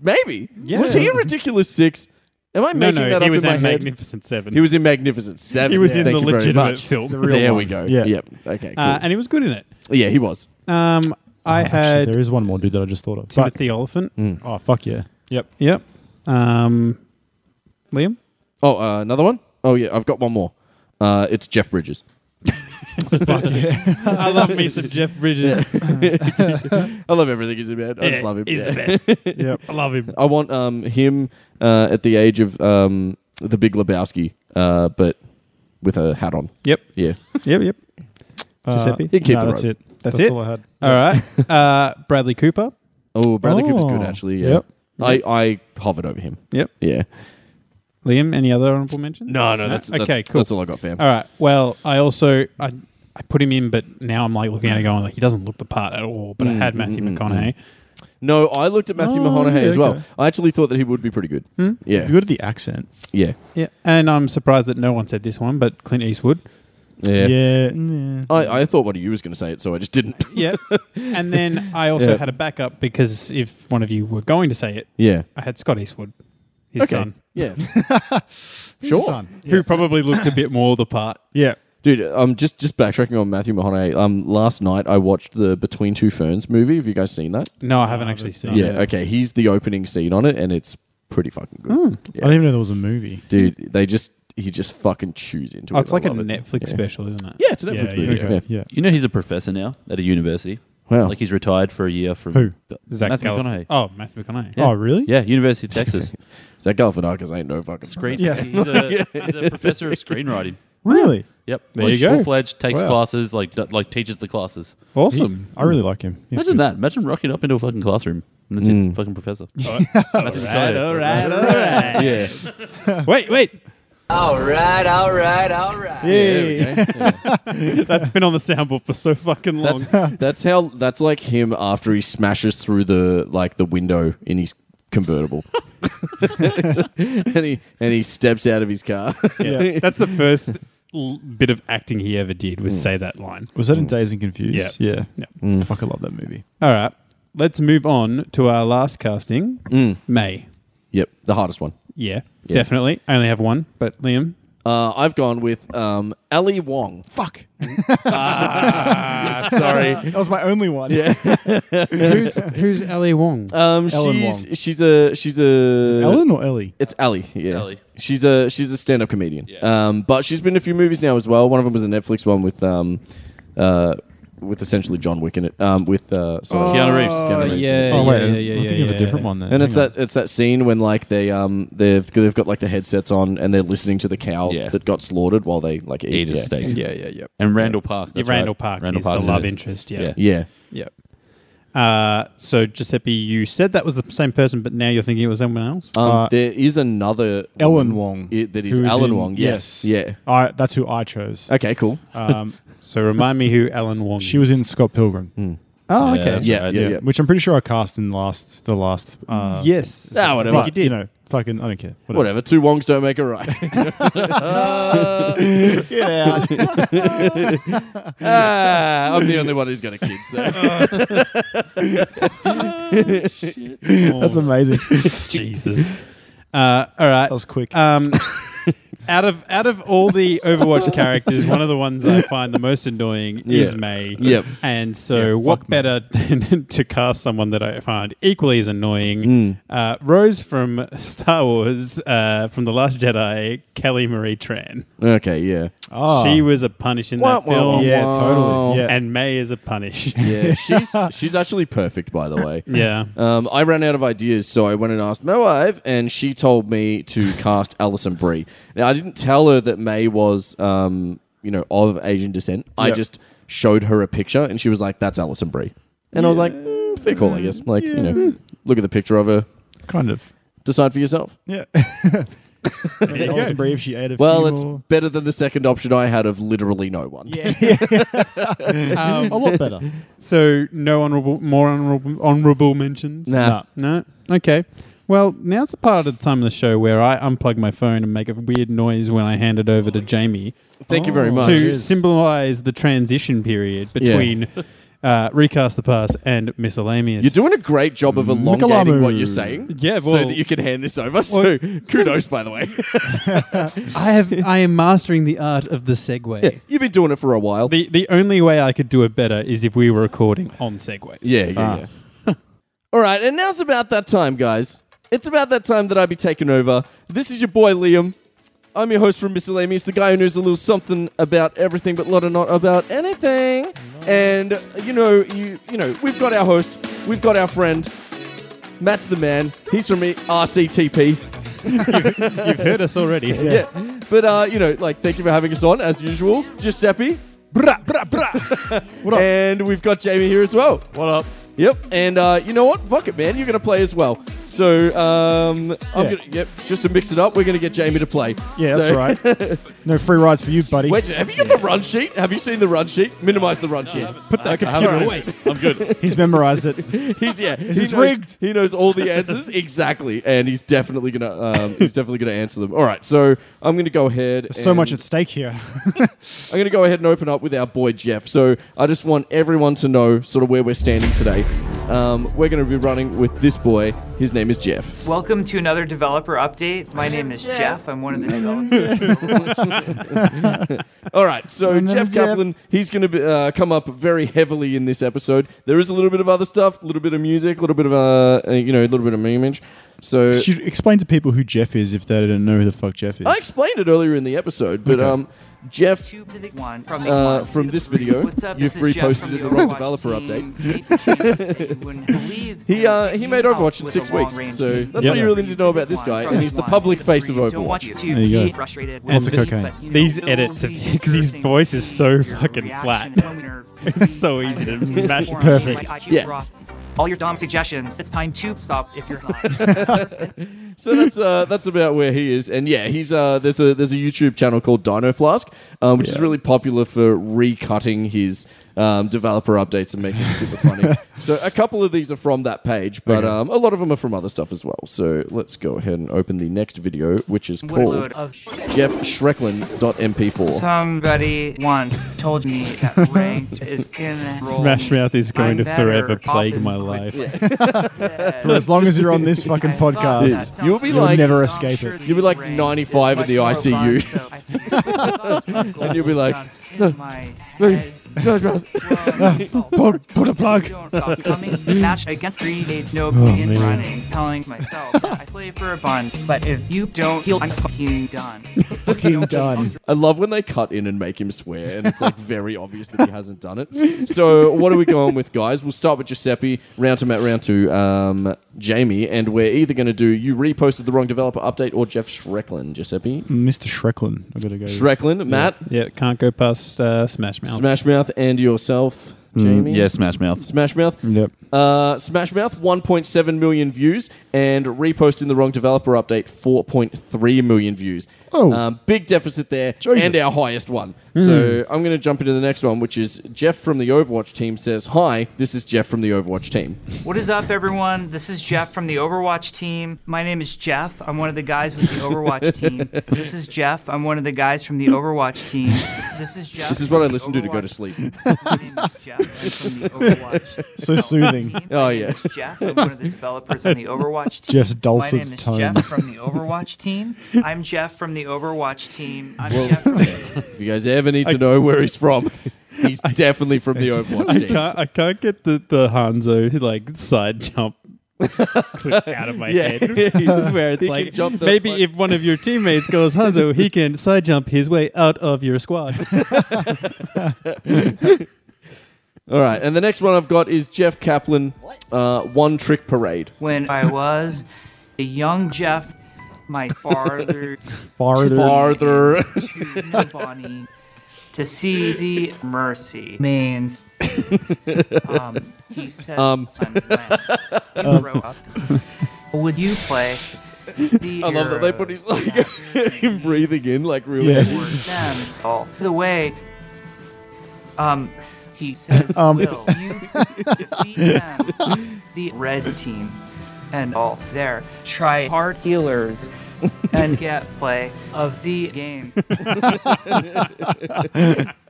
[SPEAKER 3] Maybe. Was he in Ridiculous Six? Am I
[SPEAKER 1] No,
[SPEAKER 3] making
[SPEAKER 1] no,
[SPEAKER 3] that
[SPEAKER 1] he
[SPEAKER 3] up
[SPEAKER 1] was
[SPEAKER 3] in my
[SPEAKER 1] in
[SPEAKER 3] head?
[SPEAKER 1] Magnificent Seven.
[SPEAKER 3] he was in Magnificent Seven.
[SPEAKER 1] He was in
[SPEAKER 3] Thank
[SPEAKER 1] the
[SPEAKER 3] you very
[SPEAKER 1] legitimate
[SPEAKER 3] much.
[SPEAKER 1] film. The
[SPEAKER 2] real
[SPEAKER 3] there we
[SPEAKER 2] one.
[SPEAKER 3] go.
[SPEAKER 2] Yeah.
[SPEAKER 3] Yep. Okay. Cool.
[SPEAKER 1] uh, and he was good in it.
[SPEAKER 3] yeah, he was.
[SPEAKER 1] Um, I
[SPEAKER 2] Oh, Actually,
[SPEAKER 1] had
[SPEAKER 2] there is one more dude that I just thought of. But-
[SPEAKER 1] Timothy Oliphant.
[SPEAKER 2] oh fuck yeah! Yep.
[SPEAKER 1] Yep. Um, Liam.
[SPEAKER 3] Oh, uh, another one? Oh, yeah, I've got one more. Uh, it's Jeff Bridges.
[SPEAKER 1] *laughs* I love me some Jeff Bridges.
[SPEAKER 3] I love everything he's about. I just love him.
[SPEAKER 1] He's
[SPEAKER 3] Yeah.
[SPEAKER 1] the best. *laughs*
[SPEAKER 2] Yep.
[SPEAKER 1] I love him.
[SPEAKER 3] I want um, him uh, at the age of um, the Big Lebowski, uh, but with a hat on.
[SPEAKER 1] Yep.
[SPEAKER 3] Yeah.
[SPEAKER 1] Yep. Yep. Giuseppe?
[SPEAKER 3] He'd keep
[SPEAKER 2] no,
[SPEAKER 3] the
[SPEAKER 2] that's
[SPEAKER 3] rope.
[SPEAKER 2] it.
[SPEAKER 1] That's it?
[SPEAKER 2] all I had.
[SPEAKER 1] *laughs* All right. Uh, Bradley Cooper.
[SPEAKER 3] Oh, Bradley Cooper's good,
[SPEAKER 2] Oh,
[SPEAKER 3] actually. Yeah.
[SPEAKER 2] Yep.
[SPEAKER 3] I, I hovered over him.
[SPEAKER 1] Yep.
[SPEAKER 3] Yeah.
[SPEAKER 1] Liam, any other honorable mentions?
[SPEAKER 3] No, no, that's,
[SPEAKER 1] okay,
[SPEAKER 3] that's,
[SPEAKER 1] cool. Uh,
[SPEAKER 3] That's all I got, fam.
[SPEAKER 1] All right. Well, I also I, I put him in, but now I'm like looking at it going like he doesn't look the part at all. But I had Matthew McConaughey.
[SPEAKER 3] No, I looked at Matthew
[SPEAKER 2] Oh,
[SPEAKER 3] McConaughey
[SPEAKER 2] yeah,
[SPEAKER 3] as well.
[SPEAKER 2] okay.
[SPEAKER 3] I actually thought that he would be pretty good.
[SPEAKER 2] You
[SPEAKER 3] Yeah.
[SPEAKER 2] go to the accent.
[SPEAKER 3] yeah,
[SPEAKER 1] Yeah, and I'm surprised that no one said this one, but Clint Eastwood.
[SPEAKER 3] yeah,
[SPEAKER 2] Yeah.
[SPEAKER 1] Mm,
[SPEAKER 3] I, I thought one of you was going to say it, so I just didn't.
[SPEAKER 1] Yeah, *laughs* and then I also
[SPEAKER 3] Yeah.
[SPEAKER 1] had a backup because if one of you were going to say it,
[SPEAKER 3] *laughs* Yeah.
[SPEAKER 1] I had Scott Eastwood, his
[SPEAKER 3] okay.
[SPEAKER 1] son,
[SPEAKER 3] Yeah.
[SPEAKER 1] *laughs*
[SPEAKER 3] *laughs* sure.
[SPEAKER 1] who probably looked a bit more the part.
[SPEAKER 2] Yeah.
[SPEAKER 3] Dude, um, just just backtracking on Matthew McConaughey. Um, last night I watched the Between Two Ferns movie. Have you guys seen that?
[SPEAKER 1] No, I haven't actually seen.
[SPEAKER 3] yeah.
[SPEAKER 1] it.
[SPEAKER 3] Okay. He's the opening scene on it, and it's pretty fucking good.
[SPEAKER 1] Hmm.
[SPEAKER 2] I didn't even know there was a movie.
[SPEAKER 3] Dude, they just he just fucking chews into
[SPEAKER 1] Oh,
[SPEAKER 3] it.
[SPEAKER 1] it's like
[SPEAKER 3] I
[SPEAKER 1] a
[SPEAKER 3] love it.
[SPEAKER 1] Netflix
[SPEAKER 3] Yeah.
[SPEAKER 1] special, isn't it?
[SPEAKER 3] Yeah, it's a
[SPEAKER 1] Yeah,
[SPEAKER 3] Netflix movie.
[SPEAKER 1] yeah,
[SPEAKER 3] Yeah.
[SPEAKER 1] okay.
[SPEAKER 2] Yeah.
[SPEAKER 4] You know he's a professor now at a university.
[SPEAKER 3] Wow.
[SPEAKER 4] Like he's retired for a year from
[SPEAKER 2] Who?
[SPEAKER 4] but
[SPEAKER 1] Zach
[SPEAKER 4] Matthew
[SPEAKER 1] Galif-
[SPEAKER 4] McConaughey.
[SPEAKER 1] Oh, Matthew McConaughey.
[SPEAKER 4] Yeah.
[SPEAKER 2] Oh, really?
[SPEAKER 4] Yeah, University of
[SPEAKER 3] *laughs*
[SPEAKER 4] Texas.
[SPEAKER 3] Zach Galifianakis ain't no fucking
[SPEAKER 4] Screen.
[SPEAKER 1] *laughs*
[SPEAKER 2] Yeah.
[SPEAKER 4] He's, a, he's a professor of screenwriting.
[SPEAKER 2] Really?
[SPEAKER 4] Yep.
[SPEAKER 1] There you go.
[SPEAKER 4] Full fledged, takes
[SPEAKER 2] Wow.
[SPEAKER 4] classes, like d- like teaches the classes.
[SPEAKER 1] Awesome.
[SPEAKER 2] I really like him. He's
[SPEAKER 4] Imagine
[SPEAKER 2] good.
[SPEAKER 4] that. Imagine rocking up into a fucking classroom. And that's it. Fucking professor. Matthew McConaughey.
[SPEAKER 1] right, all
[SPEAKER 2] *laughs*
[SPEAKER 1] right.
[SPEAKER 3] Yeah.
[SPEAKER 1] wait, wait.
[SPEAKER 5] All right, all right, all right.
[SPEAKER 2] Yay.
[SPEAKER 1] *laughs* That's been on the soundboard for so fucking long.
[SPEAKER 3] That's that's how that's like him after he smashes through the like the window in his convertible. *laughs* and he and he steps out of his car.
[SPEAKER 1] Yeah. That's the first l- bit of acting he ever did was say that line.
[SPEAKER 2] Was
[SPEAKER 3] Mm.
[SPEAKER 2] that in Days and Confused?
[SPEAKER 1] Yeah.
[SPEAKER 2] Yeah. Fuck, I love that movie.
[SPEAKER 1] All right. Let's move on to our last casting. May.
[SPEAKER 3] *laughs* yep, the hardest one.
[SPEAKER 1] Yeah, definitely. I only have one, but Liam.
[SPEAKER 3] Uh, I've gone with um, Ali Wong.
[SPEAKER 2] Fuck.
[SPEAKER 3] Sorry.
[SPEAKER 2] *laughs* That was my only one. Yeah.
[SPEAKER 1] who's who's Ali Wong?
[SPEAKER 3] Um,
[SPEAKER 2] Ellen
[SPEAKER 3] she's
[SPEAKER 2] Wong.
[SPEAKER 3] she's a she's
[SPEAKER 2] *laughs*
[SPEAKER 3] a
[SPEAKER 2] Ellen or Ellie?
[SPEAKER 3] It's Ali. Yeah.
[SPEAKER 4] Ali.
[SPEAKER 3] She's a she's a stand up comedian.
[SPEAKER 4] Yeah.
[SPEAKER 3] Um, but she's been in a few movies now as well. One of them was a Netflix one with um, uh, with essentially John Wick in it. Um, with uh, sorry.
[SPEAKER 4] Keanu Reeves. Keanu
[SPEAKER 3] Reeves,
[SPEAKER 1] yeah,
[SPEAKER 3] yeah.
[SPEAKER 1] yeah,
[SPEAKER 2] oh, wait.
[SPEAKER 1] yeah, yeah,
[SPEAKER 2] I'm
[SPEAKER 1] yeah,
[SPEAKER 2] thinking of
[SPEAKER 1] yeah.
[SPEAKER 2] a different one then.
[SPEAKER 3] And it's
[SPEAKER 2] Hang on.
[SPEAKER 3] that it's that scene when like they um they've they've got like the headsets on and they're listening to the cow
[SPEAKER 4] Yeah.
[SPEAKER 3] that got slaughtered while they like eat,
[SPEAKER 4] Eat a
[SPEAKER 3] yeah.
[SPEAKER 4] steak.
[SPEAKER 3] Yeah, yeah, yeah.
[SPEAKER 4] And Randall Park.
[SPEAKER 1] Yeah,
[SPEAKER 4] that's
[SPEAKER 1] Randall
[SPEAKER 4] right.
[SPEAKER 1] Park
[SPEAKER 4] Randall
[SPEAKER 1] is
[SPEAKER 4] Park's
[SPEAKER 1] the
[SPEAKER 4] in
[SPEAKER 1] love
[SPEAKER 4] it.
[SPEAKER 1] interest. Yeah.
[SPEAKER 4] Yeah.
[SPEAKER 3] Yeah.
[SPEAKER 1] Yep. Uh, so Giuseppe, you said that was the same person, but now you're thinking it was someone else.
[SPEAKER 3] Um,
[SPEAKER 2] Uh,
[SPEAKER 3] there is another
[SPEAKER 2] Ellen
[SPEAKER 3] woman
[SPEAKER 2] Wong.
[SPEAKER 3] i- that is
[SPEAKER 2] who
[SPEAKER 3] Alan
[SPEAKER 2] in-
[SPEAKER 3] Wong. Yes.
[SPEAKER 2] I, that's who I chose.
[SPEAKER 3] Yeah. Okay. Cool.
[SPEAKER 2] Um,
[SPEAKER 1] So remind me who Alan Wong.
[SPEAKER 2] she was
[SPEAKER 1] is.
[SPEAKER 2] in Scott Pilgrim,
[SPEAKER 1] Oh,
[SPEAKER 4] Yeah,
[SPEAKER 1] okay.
[SPEAKER 4] that's
[SPEAKER 3] Yeah,
[SPEAKER 4] right.
[SPEAKER 3] yeah, yeah.
[SPEAKER 2] which I'm pretty sure I cast in last the last. Uh,
[SPEAKER 1] Yes.
[SPEAKER 3] Ah,
[SPEAKER 1] I
[SPEAKER 3] whatever.
[SPEAKER 1] think
[SPEAKER 2] but,
[SPEAKER 1] you did.
[SPEAKER 2] You know, fucking, I don't care. Whatever.
[SPEAKER 3] Whatever. Two Wongs don't make a
[SPEAKER 2] *laughs*
[SPEAKER 3] right. *laughs*
[SPEAKER 2] *laughs* Get out.
[SPEAKER 3] ah, I'm the only one who's got a kid. So.
[SPEAKER 2] *laughs* that's *laughs* amazing. that
[SPEAKER 1] Jesus. Uh, all right.
[SPEAKER 2] was quick.
[SPEAKER 1] Um, out of out of all the Overwatch characters, one of the ones I find the most annoying is
[SPEAKER 3] Yeah.
[SPEAKER 1] May.
[SPEAKER 3] Yep.
[SPEAKER 1] And so, what better *laughs* than to cast someone that I find equally as annoying? Uh, Rose from Star Wars, uh, from The Last Jedi, Kelly Marie Tran.
[SPEAKER 3] Okay, yeah.
[SPEAKER 2] Ah.
[SPEAKER 1] She was a punish in that
[SPEAKER 3] Wah, wah,
[SPEAKER 1] film.
[SPEAKER 3] wah,
[SPEAKER 2] Yeah,
[SPEAKER 3] wah.
[SPEAKER 2] totally. Yeah.
[SPEAKER 1] And May is a punish.
[SPEAKER 2] *laughs*
[SPEAKER 3] Yeah, she's she's actually perfect, by the way.
[SPEAKER 1] *laughs* yeah.
[SPEAKER 3] Um, I ran out of ideas, so I went and asked my wife, and she told me to cast Alison Brie. Now I didn't tell her that May was, um, you know, of Asian descent. I
[SPEAKER 2] Yep.
[SPEAKER 3] just showed her a picture, and she was like, "That's Alison Brie," and I was like, mm, "Fair call, I guess." Like, you know, look at the picture of her,
[SPEAKER 2] kind of.
[SPEAKER 3] decide for yourself.
[SPEAKER 2] Yeah.
[SPEAKER 1] you
[SPEAKER 2] I was
[SPEAKER 1] go.
[SPEAKER 2] brave. She ate a
[SPEAKER 3] Well,
[SPEAKER 2] few
[SPEAKER 3] it's
[SPEAKER 2] more.
[SPEAKER 3] better than the second option I had of literally no one.
[SPEAKER 1] Um,
[SPEAKER 2] a lot better.
[SPEAKER 1] So no honorable, more honorable, honorable mentions.
[SPEAKER 3] Nah.
[SPEAKER 2] Nah.
[SPEAKER 1] No. Okay. Well, now's the part of the time of the show where I unplug my phone and make a weird noise when I hand it over to Jamie
[SPEAKER 3] *laughs* Thank you very
[SPEAKER 2] Oh.
[SPEAKER 3] much.
[SPEAKER 1] to
[SPEAKER 2] jeez.
[SPEAKER 1] symbolize the transition period between uh, recast the past and miscellaneous.
[SPEAKER 3] You're doing a great job of elongating what
[SPEAKER 2] Mikalamu.
[SPEAKER 3] you're saying.
[SPEAKER 1] Yeah,
[SPEAKER 3] so
[SPEAKER 1] well-
[SPEAKER 3] that you can hand this over. So *laughs* kudos, by
[SPEAKER 1] *laughs*
[SPEAKER 3] the way.
[SPEAKER 1] I have. I am mastering the art of the segue.
[SPEAKER 3] You've been doing it for a while.
[SPEAKER 1] The the only way I could do it better is if we were recording on segues.
[SPEAKER 3] yeah, yeah, yeah. Ah. *laughs* All right, and now's about that time, guys. It's about that time that I be taking over. This is your boy Liam. I'm your host from Miscellaneous, the guy who knows a little something about everything, but a lot of not about anything. And you know, you you know, we've got our host, we've got our friend, Matt's the man. He's from RCTP.
[SPEAKER 1] You've heard us already.
[SPEAKER 3] *laughs* Yeah. But uh, you know, like thank you for having us on as usual. Giuseppe. Brah, brah, brah.
[SPEAKER 2] up?
[SPEAKER 3] *laughs* And we've got Jamie here as well.
[SPEAKER 4] What up?
[SPEAKER 3] Yep. And uh, you know what? Fuck it, man. You're going to play as well. So um, I'm
[SPEAKER 2] Yeah.
[SPEAKER 3] gonna, yep, just to mix it up, we're going to get Jamie to play.
[SPEAKER 2] Yeah,
[SPEAKER 3] so,
[SPEAKER 2] that's right. No free rides for you, buddy.
[SPEAKER 3] Wait, have you got the run sheet? Have you seen the run sheet? Minimize the run
[SPEAKER 2] *laughs*
[SPEAKER 3] sheet.
[SPEAKER 2] Put that
[SPEAKER 3] haven't.
[SPEAKER 2] computer away.
[SPEAKER 4] I'm good.
[SPEAKER 2] He's memorized it.
[SPEAKER 3] He's yeah. he
[SPEAKER 2] this
[SPEAKER 3] knows,
[SPEAKER 2] rigged?
[SPEAKER 3] He knows all the
[SPEAKER 2] *laughs*
[SPEAKER 3] answers exactly, and he's definitely gonna um, he's definitely gonna answer them. All right, so I'm gonna go ahead.
[SPEAKER 2] So
[SPEAKER 3] and-
[SPEAKER 2] much at stake here.
[SPEAKER 3] I'm gonna go ahead and open up with our boy Jeff. So I just want everyone to know sort of where we're standing today. Um, we're gonna be running with this boy. His name is Jeff.
[SPEAKER 6] Welcome to another developer update. My name is Jeff. I'm one of the developers.
[SPEAKER 3] All right, so
[SPEAKER 2] name
[SPEAKER 3] Jeff
[SPEAKER 2] is Jeff.
[SPEAKER 3] Kaplan. He's gonna be, uh, come up very heavily in this episode. There is a little bit of other stuff, a little bit of music, a little bit of uh, uh, you know, a little bit of image. So
[SPEAKER 2] Should explain to people who Jeff is if they didn't know who the fuck Jeff is.
[SPEAKER 3] I explained it earlier in the episode, but
[SPEAKER 2] Okay.
[SPEAKER 3] um, Jeff
[SPEAKER 6] Two to the one from the
[SPEAKER 3] Uh,
[SPEAKER 6] one to
[SPEAKER 3] from
[SPEAKER 6] the
[SPEAKER 3] this
[SPEAKER 6] three.
[SPEAKER 3] video,
[SPEAKER 6] What's up?
[SPEAKER 3] you've
[SPEAKER 6] This is Jeff
[SPEAKER 3] reposted
[SPEAKER 6] from
[SPEAKER 3] it
[SPEAKER 6] the
[SPEAKER 3] in the wrong
[SPEAKER 6] Overwatch
[SPEAKER 3] developer
[SPEAKER 6] team. Made the changes that you
[SPEAKER 3] *laughs*
[SPEAKER 6] wouldn't believe,
[SPEAKER 3] He
[SPEAKER 6] and
[SPEAKER 3] uh,
[SPEAKER 6] take
[SPEAKER 3] he
[SPEAKER 6] you
[SPEAKER 3] made
[SPEAKER 6] out
[SPEAKER 3] Overwatch in
[SPEAKER 6] with
[SPEAKER 3] six
[SPEAKER 6] a long
[SPEAKER 3] weeks,
[SPEAKER 6] range
[SPEAKER 3] so
[SPEAKER 6] beam.
[SPEAKER 3] that's
[SPEAKER 2] Yeah.
[SPEAKER 3] all you really need to know about this
[SPEAKER 6] One
[SPEAKER 3] guy,
[SPEAKER 6] from
[SPEAKER 3] and he's the
[SPEAKER 6] one
[SPEAKER 3] public
[SPEAKER 6] to the
[SPEAKER 3] face of
[SPEAKER 6] three. Don't want
[SPEAKER 3] Overwatch.
[SPEAKER 6] you to
[SPEAKER 2] There you
[SPEAKER 6] be
[SPEAKER 2] go.
[SPEAKER 6] frustrated with
[SPEAKER 2] Lots of
[SPEAKER 6] me,
[SPEAKER 2] cocaine.
[SPEAKER 6] but, you know,
[SPEAKER 1] These
[SPEAKER 6] it'll
[SPEAKER 1] edits
[SPEAKER 6] be
[SPEAKER 1] of- *laughs* 'cause his
[SPEAKER 6] interesting to
[SPEAKER 1] voice is
[SPEAKER 6] see
[SPEAKER 1] so
[SPEAKER 6] your
[SPEAKER 1] fucking
[SPEAKER 6] reaction
[SPEAKER 1] flat.
[SPEAKER 6] when you're
[SPEAKER 1] *laughs* It's
[SPEAKER 6] *laughs*
[SPEAKER 1] so easy to
[SPEAKER 6] feeling this
[SPEAKER 1] match.
[SPEAKER 6] form.
[SPEAKER 2] Perfect.
[SPEAKER 6] My IQ
[SPEAKER 3] Yeah.
[SPEAKER 6] dropped. All your dumb suggestions. It's time to stop if you're not.
[SPEAKER 3] *laughs* So that's uh, that's about where he is, and yeah, he's uh, there's a there's a YouTube channel called Dino Flask, um, which is really popular for recutting his um, developer updates and making them super funny. So a couple of these are from that page, but um, a lot of them are from other stuff as well. So let's go ahead and open the next video, which is
[SPEAKER 6] What a
[SPEAKER 3] called
[SPEAKER 6] load of shit.
[SPEAKER 3] Jeff Shreklin.mp4.
[SPEAKER 6] Somebody once told me
[SPEAKER 3] *laughs*
[SPEAKER 6] that ranked is gonna roll
[SPEAKER 1] Smash
[SPEAKER 6] me.
[SPEAKER 1] Mouth is going to
[SPEAKER 6] I'm
[SPEAKER 1] forever
[SPEAKER 6] better
[SPEAKER 1] plague
[SPEAKER 6] off
[SPEAKER 1] my
[SPEAKER 6] in
[SPEAKER 1] life.
[SPEAKER 2] For as long as you're on this fucking
[SPEAKER 6] *laughs* I thought
[SPEAKER 2] podcast,
[SPEAKER 6] that
[SPEAKER 3] You'll be
[SPEAKER 6] sounds
[SPEAKER 3] like-
[SPEAKER 6] good.
[SPEAKER 2] Never
[SPEAKER 6] I'm
[SPEAKER 2] escape
[SPEAKER 6] sure
[SPEAKER 2] it.
[SPEAKER 3] You'll be like
[SPEAKER 6] ranked
[SPEAKER 3] 95
[SPEAKER 6] is
[SPEAKER 3] in the
[SPEAKER 6] much more
[SPEAKER 3] ICU.
[SPEAKER 6] fun,
[SPEAKER 3] *laughs*
[SPEAKER 6] so I think-
[SPEAKER 3] And you'll be like,
[SPEAKER 6] In my head.
[SPEAKER 3] *laughs*
[SPEAKER 2] Put- put a plug.
[SPEAKER 6] Don't stop coming. Match against three dates,
[SPEAKER 3] Oh,
[SPEAKER 6] no begin
[SPEAKER 2] man.
[SPEAKER 6] running. Telling myself I play for fun, but if you don't heal, I'm
[SPEAKER 3] *laughs*
[SPEAKER 6] fucking done.
[SPEAKER 2] fucking done.
[SPEAKER 3] I love when they cut in and make him swear, and it's like very *laughs* obvious that he hasn't done it. So, what are we going with, guys? We'll start with Giuseppe, round to Matt, round to um, Jamie, and we're either going to do you reposted the wrong developer update or Jeff Shreklin. Giuseppe,
[SPEAKER 2] Mr. Mm, Shreklin. I gotta go.
[SPEAKER 3] Shreklin, Matt,
[SPEAKER 1] Yeah, can't go past uh, Smash Mouth.
[SPEAKER 3] Smash Mouth, and yourself, Jamie.
[SPEAKER 4] Yeah, Smash Mouth.
[SPEAKER 3] Smash Mouth.
[SPEAKER 2] Yep.
[SPEAKER 3] Uh, Smash Mouth, 1.7 million views, and reposting the wrong developer update, 4.3 million views.
[SPEAKER 2] Oh.
[SPEAKER 3] Um, big deficit there,
[SPEAKER 2] Jesus.
[SPEAKER 3] and our highest one.
[SPEAKER 1] Hmm.
[SPEAKER 3] So I'm going to jump into the next one, which is Jeff from the Overwatch team says, Hi, this is Jeff from the
[SPEAKER 1] *laughs*
[SPEAKER 3] Overwatch team.
[SPEAKER 6] What is up, everyone? This is Jeff from the Overwatch team. My name is Jeff. I'm one of the guys with the Overwatch team. This is Jeff. I'm one of the guys from the Overwatch team. This is Jeff.
[SPEAKER 3] This is what
[SPEAKER 6] from
[SPEAKER 3] I
[SPEAKER 6] the
[SPEAKER 3] listen to to go to
[SPEAKER 6] Overwatch
[SPEAKER 3] sleep.
[SPEAKER 6] team. My name is Jeff. I'm from the
[SPEAKER 2] *laughs*
[SPEAKER 6] Overwatch *laughs*
[SPEAKER 2] So soothing.
[SPEAKER 6] team.
[SPEAKER 3] Oh,
[SPEAKER 6] My name
[SPEAKER 3] yeah.
[SPEAKER 6] is Jeff. I'm one of the developers on the Overwatch team.
[SPEAKER 2] Jeff's
[SPEAKER 6] My name
[SPEAKER 2] dulcet
[SPEAKER 6] is Jeff
[SPEAKER 2] tones.
[SPEAKER 6] from the Overwatch team. I'm Jeff from the Overwatch team. I'm Jeff from the
[SPEAKER 3] If you guys ever need to know where he's
[SPEAKER 1] *laughs*
[SPEAKER 3] from, he's definitely from the
[SPEAKER 1] I
[SPEAKER 3] Overwatch team.
[SPEAKER 1] *laughs* can't, I can't get the, the Hanzo like side jump *laughs* clip out of my
[SPEAKER 3] Yeah.
[SPEAKER 1] head.
[SPEAKER 3] *laughs*
[SPEAKER 1] *laughs* this is where it's
[SPEAKER 3] He can
[SPEAKER 1] like
[SPEAKER 3] jump the
[SPEAKER 1] maybe
[SPEAKER 3] fuck-
[SPEAKER 1] if one of your teammates goes Hanzo, he can side jump his way out of your squad.
[SPEAKER 3] *laughs* All right, and the next one I've got is Jeff Kaplan, uh, One Trick Parade.
[SPEAKER 6] when I was a young Jeff. My farther
[SPEAKER 2] Farther.
[SPEAKER 3] Farther. *laughs*
[SPEAKER 6] to nobody to see the mercy means. *laughs* Um, he said,
[SPEAKER 3] Um.
[SPEAKER 6] "Son, when you grow
[SPEAKER 3] *laughs*
[SPEAKER 6] up, would you play the
[SPEAKER 3] I love that they put
[SPEAKER 6] heroes
[SPEAKER 3] his like *laughs*
[SPEAKER 6] that
[SPEAKER 3] him breathing in like really
[SPEAKER 2] Yeah.
[SPEAKER 6] were them all the way?" Um, he said,
[SPEAKER 2] Um.
[SPEAKER 6] "Will you defeat them, the red team, and all their try hard healers?" and get play of the game.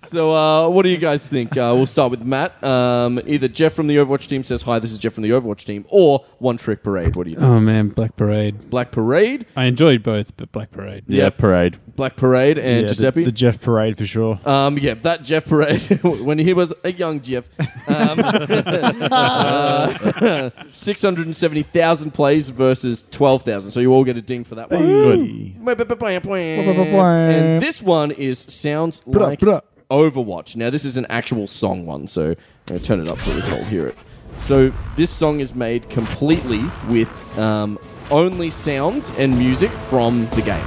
[SPEAKER 3] So, uh, what do you guys think? Uh, we'll start with Matt. Um, either Jeff from the Overwatch team says, Hi, this is Jeff from the Overwatch team, or One Trick Parade. What do you think?
[SPEAKER 1] oh man, Black Parade.
[SPEAKER 2] Um,
[SPEAKER 3] Black Parade?
[SPEAKER 1] I enjoyed both, but Black Parade.
[SPEAKER 4] Yeah, Parade.
[SPEAKER 3] Black Parade and
[SPEAKER 2] Yeah, the,
[SPEAKER 3] Giuseppe?
[SPEAKER 2] the Jeff Parade for sure.
[SPEAKER 3] um, yeah, that Jeff Parade, *laughs* when he was a young Jeff. Um, *laughs* uh, *laughs* 670,000 plays versus 12,000. So, you all get a ding for that one.
[SPEAKER 2] Good.
[SPEAKER 3] And this one is Sounds Like
[SPEAKER 2] bruh.
[SPEAKER 3] Overwatch. Now, this is an actual song one, so I'm going to turn it up so we can all hear it. So, this song is made completely with um, only sounds and music from the game.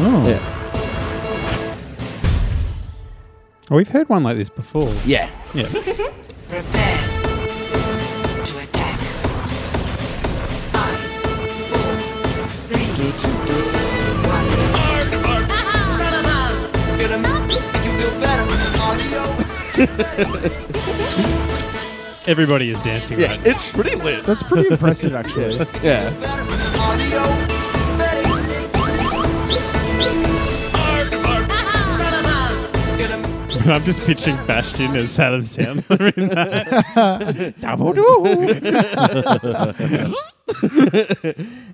[SPEAKER 2] Oh.
[SPEAKER 3] Yeah. *laughs*
[SPEAKER 1] Oh, we've heard one like this before.
[SPEAKER 3] Yeah.
[SPEAKER 1] Yeah. Everybody is dancing
[SPEAKER 3] Yeah,
[SPEAKER 1] right now.
[SPEAKER 3] it's pretty lit.
[SPEAKER 2] That's pretty
[SPEAKER 3] *laughs*
[SPEAKER 2] impressive, actually.
[SPEAKER 3] Yeah.
[SPEAKER 1] *laughs* I'm just pitching Bastion as Adam Sandler.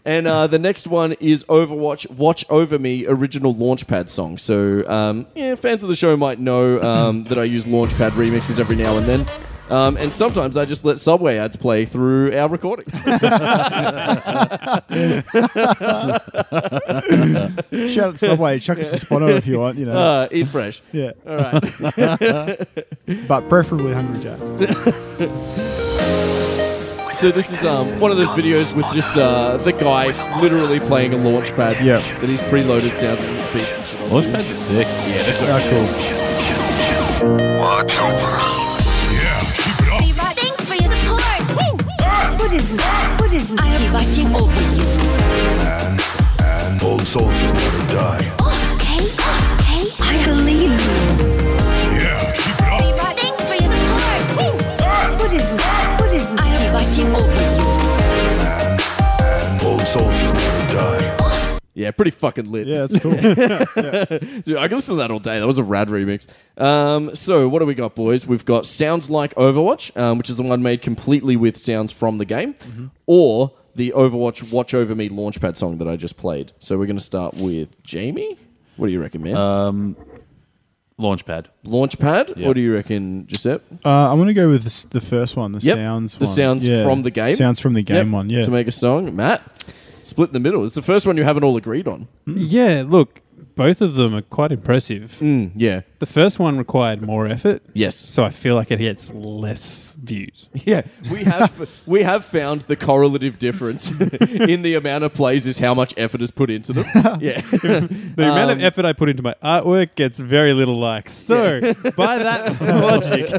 [SPEAKER 3] And uh, the next one is Overwatch Watch Over Me original Launchpad song. So, um, yeah, fans of the show might know
[SPEAKER 2] *laughs*
[SPEAKER 3] um, that I use Launchpad remixes every now and then. Um, and sometimes I just let Subway ads play through our
[SPEAKER 2] *laughs*
[SPEAKER 3] recording.
[SPEAKER 2] *laughs* Shout out Subway. Chuck us a spotter if you want, you know.
[SPEAKER 3] uh, eat fresh.
[SPEAKER 2] yeah.
[SPEAKER 3] All right.
[SPEAKER 2] *laughs* But preferably Hungry Jacks.
[SPEAKER 3] So this is um, one of those videos with just uh, the guy literally playing a Launchpad.
[SPEAKER 2] Yeah.
[SPEAKER 3] That he's preloaded sounds and beats and shit. onto.
[SPEAKER 4] Launchpads are sick. Yeah, they're so
[SPEAKER 2] Oh,
[SPEAKER 7] Watch over. Yeah, keep it up.
[SPEAKER 8] Thanks for your support.
[SPEAKER 7] Buddhism.
[SPEAKER 8] Buddhism. I am watching over you.
[SPEAKER 7] And old soldiers never die.
[SPEAKER 8] Oh, Okay. Okay. I believe you.
[SPEAKER 7] Yeah, keep it up.
[SPEAKER 8] Thanks for your support. Buddhism. Buddhism. I am watching over you.
[SPEAKER 7] And old soldiers never die.
[SPEAKER 3] Yeah, pretty fucking lit.
[SPEAKER 2] yeah, that's cool.
[SPEAKER 3] Dude, I can listen to that all day. That was a rad remix. Um, so, what do we got, boys? We've got Sounds Like Overwatch, um, which is the one made completely with sounds from the game,
[SPEAKER 2] Mm-hmm.
[SPEAKER 3] or the Overwatch Watch Over Me Launchpad song that I just played. So, we're going to start with Jamie. What do you reckon, man?
[SPEAKER 2] Uh,
[SPEAKER 4] Launchpad.
[SPEAKER 3] Launchpad?
[SPEAKER 4] yeah.
[SPEAKER 3] What do you reckon, Giuseppe?
[SPEAKER 2] uh, I'm going to go with this, the first one, the
[SPEAKER 3] Yep,
[SPEAKER 2] sounds
[SPEAKER 3] the
[SPEAKER 2] one.
[SPEAKER 3] sounds
[SPEAKER 2] Yeah.
[SPEAKER 3] from the game.
[SPEAKER 2] Sounds from the game
[SPEAKER 3] Yep,
[SPEAKER 2] one, yeah.
[SPEAKER 3] To make a song. Matt, split in the middle. It's the first one you haven't all agreed on.
[SPEAKER 1] yeah, look, both of them are quite impressive.
[SPEAKER 3] Mm, yeah.
[SPEAKER 1] The first one required more effort.
[SPEAKER 3] Yes.
[SPEAKER 1] So I feel like it gets less
[SPEAKER 3] *laughs*
[SPEAKER 1] views.
[SPEAKER 3] Yeah. We have we have found the correlative difference *laughs* in the amount of plays is how much effort is put
[SPEAKER 2] *laughs*
[SPEAKER 3] into them. Yeah.
[SPEAKER 1] The amount
[SPEAKER 3] Um,
[SPEAKER 1] of effort I put into my artwork gets very little likes. So by
[SPEAKER 3] *laughs*
[SPEAKER 1] that logic,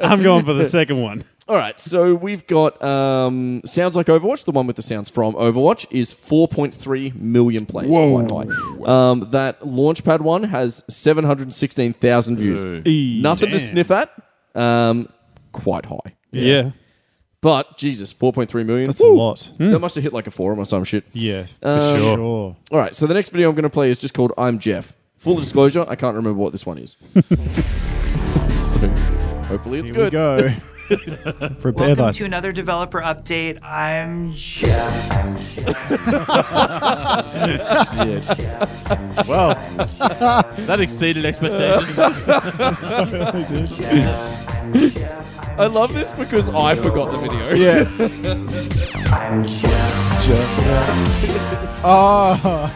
[SPEAKER 1] I'm going for the second one.
[SPEAKER 3] All right, so we've got um, sounds like Overwatch. The one with the sounds from Overwatch is 4.3 million plays.
[SPEAKER 1] Whoa.
[SPEAKER 3] Quite high. Um, that Launchpad one has 716,000 views. Nothing to
[SPEAKER 1] Damn.
[SPEAKER 3] sniff at. Um, quite high,
[SPEAKER 1] Yeah.
[SPEAKER 3] but Jesus, 4.3 million.
[SPEAKER 2] That's a
[SPEAKER 3] Woo.
[SPEAKER 2] lot. Hmm.
[SPEAKER 3] That must have hit like a forum or some shit.
[SPEAKER 2] Yeah, for
[SPEAKER 3] Um,
[SPEAKER 2] sure.
[SPEAKER 3] All right, so the next video I'm going to play is just called "I'm Jeff." Full disclosure, I can't remember what this
[SPEAKER 2] *laughs*
[SPEAKER 3] one is. so hopefully it's
[SPEAKER 2] Here we
[SPEAKER 3] good.
[SPEAKER 2] go. Prepare
[SPEAKER 6] Welcome
[SPEAKER 2] that.
[SPEAKER 6] to another developer update. I'm Jeff.
[SPEAKER 4] Well, that exceeded expectations.
[SPEAKER 3] I love this because I forgot the video.
[SPEAKER 2] Yeah. Oh,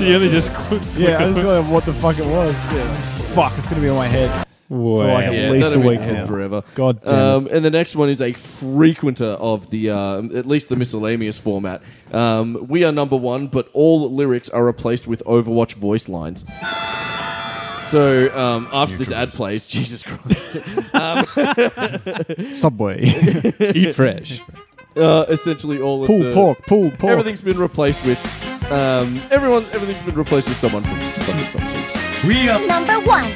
[SPEAKER 1] You only just quit.
[SPEAKER 2] yeah. I was like, what the fuck it was. Yeah. Fuck, it's going to be on my head.
[SPEAKER 1] Wow.
[SPEAKER 2] like a- At least
[SPEAKER 3] that'll be
[SPEAKER 2] week
[SPEAKER 3] in your head
[SPEAKER 2] now.
[SPEAKER 3] forever.
[SPEAKER 2] God damn it.
[SPEAKER 3] Um, and the next one is a frequenter of the, um at least the miscellaneous format. Um, we are number one, but all lyrics are replaced with Overwatch voice lines. So um, after this ad plays, *laughs* Jesus Christ. Um, *laughs*
[SPEAKER 2] Subway.
[SPEAKER 1] Eat fresh.
[SPEAKER 3] uh, essentially all of the
[SPEAKER 2] pulled pork. Pulled pork.
[SPEAKER 3] everything's been replaced with um, everyone. Everything's been replaced with someone
[SPEAKER 2] *laughs*
[SPEAKER 3] from fucking some shit.
[SPEAKER 8] Number one.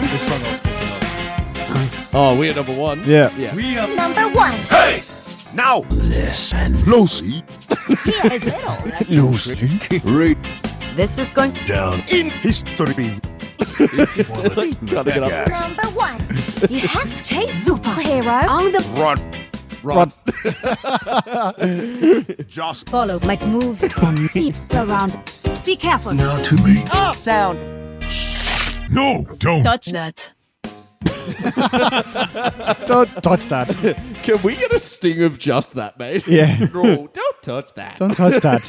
[SPEAKER 2] This song I was thinking of.
[SPEAKER 3] Oh, we are number one. *laughs*
[SPEAKER 2] Yeah.
[SPEAKER 3] yeah.
[SPEAKER 8] Number one.
[SPEAKER 7] Hey! Now! Listen. Lucy.
[SPEAKER 8] Here is little.
[SPEAKER 7] *laughs* Lucy. right
[SPEAKER 8] This is going
[SPEAKER 7] down in history. if you wanna
[SPEAKER 3] Gotta get up.
[SPEAKER 7] jackass,
[SPEAKER 8] number one. You have to chase superhero on the
[SPEAKER 7] run.
[SPEAKER 2] Rod-
[SPEAKER 7] *laughs* Just
[SPEAKER 8] follow my moves.
[SPEAKER 7] *laughs*
[SPEAKER 8] See around. Be careful.
[SPEAKER 7] not to me.
[SPEAKER 5] Sound.
[SPEAKER 7] No, don't.
[SPEAKER 8] Touch that.
[SPEAKER 2] Don't touch that.
[SPEAKER 3] Can we get a sting of just that, mate? *laughs*
[SPEAKER 2] Yeah.
[SPEAKER 3] no, don't touch that.
[SPEAKER 2] Don't touch
[SPEAKER 3] *laughs*
[SPEAKER 2] that.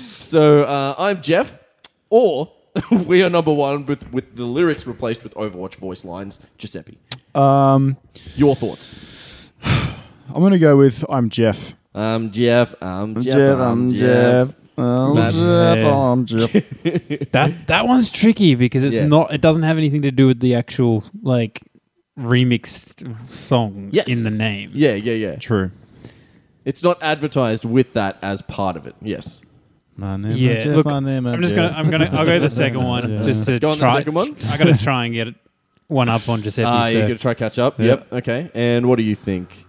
[SPEAKER 3] So uh, I'm Jeff, or *laughs* we are number one with, with the lyrics replaced with Overwatch voice lines. Giuseppe,
[SPEAKER 2] Um,
[SPEAKER 3] your thoughts?
[SPEAKER 2] I'm going to go with I'm Jeff.
[SPEAKER 3] I'm Jeff. I'm Jeff.
[SPEAKER 2] I'm
[SPEAKER 3] Matt.
[SPEAKER 2] Jeff. I'm Jeff. *laughs*
[SPEAKER 1] That that one's tricky because it's
[SPEAKER 3] Yeah.
[SPEAKER 1] not. It doesn't have anything to do with the actual like remixed song
[SPEAKER 3] Yes.
[SPEAKER 1] in the name.
[SPEAKER 3] Yeah, yeah, yeah.
[SPEAKER 2] True.
[SPEAKER 3] It's not advertised with that as part of it. Yes.
[SPEAKER 2] My name
[SPEAKER 1] Yeah,
[SPEAKER 2] is Jeff.
[SPEAKER 1] look,
[SPEAKER 2] my name
[SPEAKER 1] I'm just gonna, I'm gonna, I'll go the
[SPEAKER 2] *laughs*
[SPEAKER 1] second
[SPEAKER 2] Yeah.
[SPEAKER 1] one just to
[SPEAKER 3] Go on the
[SPEAKER 1] try.
[SPEAKER 3] second one?
[SPEAKER 1] I gotta try and get it one up on uh, Giuseppe.
[SPEAKER 3] Ah,
[SPEAKER 1] so-
[SPEAKER 3] you're gonna try catch up. Yep. Okay. And what do you think,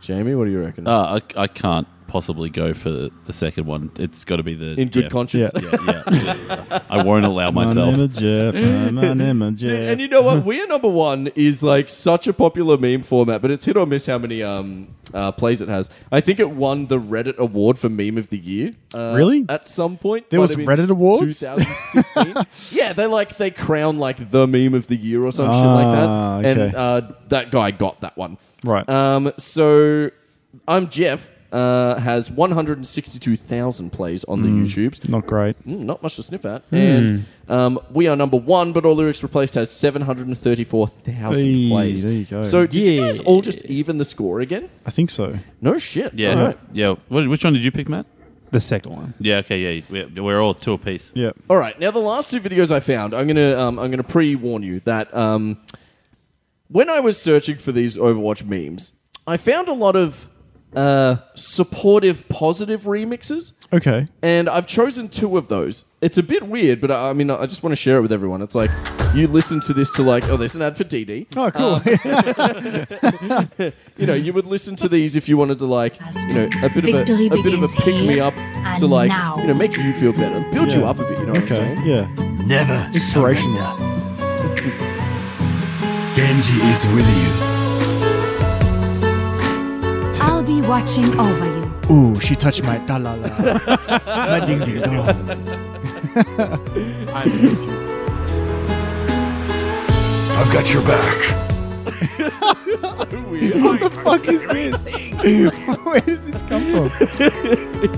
[SPEAKER 3] Jamie? What do you reckon?
[SPEAKER 4] Uh, I, I can't possibly go for the, the second one. It's got to be the
[SPEAKER 3] In good
[SPEAKER 4] yeah.
[SPEAKER 3] conscience.
[SPEAKER 4] Yeah, yeah, yeah. I won't allow myself.
[SPEAKER 2] My name is Jeff. uh, my
[SPEAKER 1] *laughs*
[SPEAKER 2] name is Jeff.
[SPEAKER 3] Dude, and you
[SPEAKER 2] *laughs*
[SPEAKER 3] know what? We're number one is like such a popular meme format, but it's hit or miss how many um, uh, plays it has. I think it won the Reddit award for meme of the year. Uh,
[SPEAKER 2] Really?
[SPEAKER 3] At some point,
[SPEAKER 2] There
[SPEAKER 3] Might
[SPEAKER 2] was
[SPEAKER 3] have been
[SPEAKER 2] Reddit awards? *laughs*
[SPEAKER 3] 2016. yeah, they like they crown like the meme of the year or some
[SPEAKER 2] Ah,
[SPEAKER 3] shit like that, and
[SPEAKER 2] okay.
[SPEAKER 3] uh, that guy got that one.
[SPEAKER 2] Right.
[SPEAKER 3] Um. So, I'm Jeff. Uh, has 162,000 plays on
[SPEAKER 2] Hmm.
[SPEAKER 3] the YouTubes.
[SPEAKER 2] Not great.
[SPEAKER 3] Mm, not much to sniff at.
[SPEAKER 2] Hmm.
[SPEAKER 3] And um, we are number one, but All Lyrics Replaced has 734,000
[SPEAKER 2] Hey,
[SPEAKER 3] plays.
[SPEAKER 2] there you go.
[SPEAKER 3] So did you guys all just even the score again?
[SPEAKER 2] I think so.
[SPEAKER 3] No shit.
[SPEAKER 4] Yeah,
[SPEAKER 3] All right.
[SPEAKER 4] yeah. What, which one did you pick, Matt?
[SPEAKER 1] the second one.
[SPEAKER 4] Yeah, okay, yeah. We're, we're all two apiece.
[SPEAKER 2] Yeah.
[SPEAKER 3] All right. Now the last two videos I found, I'm gonna um, I'm gonna pre-warn you that um, when I was searching for these Overwatch memes, I found a lot of uh, supportive, positive remixes.
[SPEAKER 2] Okay.
[SPEAKER 3] And I've chosen two of those. It's a bit weird, but I, I mean, I just want to share it with everyone. It's like you listen to this to like, oh, there's an ad for DD.
[SPEAKER 1] Ah,
[SPEAKER 2] Oh, cool.
[SPEAKER 3] You know, you would listen to these if you wanted to like, you know, a bit
[SPEAKER 8] Victory
[SPEAKER 3] of a, a bit of a
[SPEAKER 8] begins
[SPEAKER 3] pick me up to
[SPEAKER 8] and
[SPEAKER 3] like,
[SPEAKER 8] now.
[SPEAKER 3] you know, make you feel better, build you
[SPEAKER 2] Yeah.
[SPEAKER 3] up a bit. You know what I'm
[SPEAKER 2] okay.
[SPEAKER 3] saying?
[SPEAKER 1] *laughs*
[SPEAKER 2] Yeah.
[SPEAKER 7] Never
[SPEAKER 2] Inspirational.
[SPEAKER 7] Genji is with you.
[SPEAKER 8] I'll be watching over you.
[SPEAKER 2] Ooh, she touched my da la la. my ding ding dong. I'm with you.
[SPEAKER 7] I've got your back.
[SPEAKER 2] What the fuck is this? Where did this come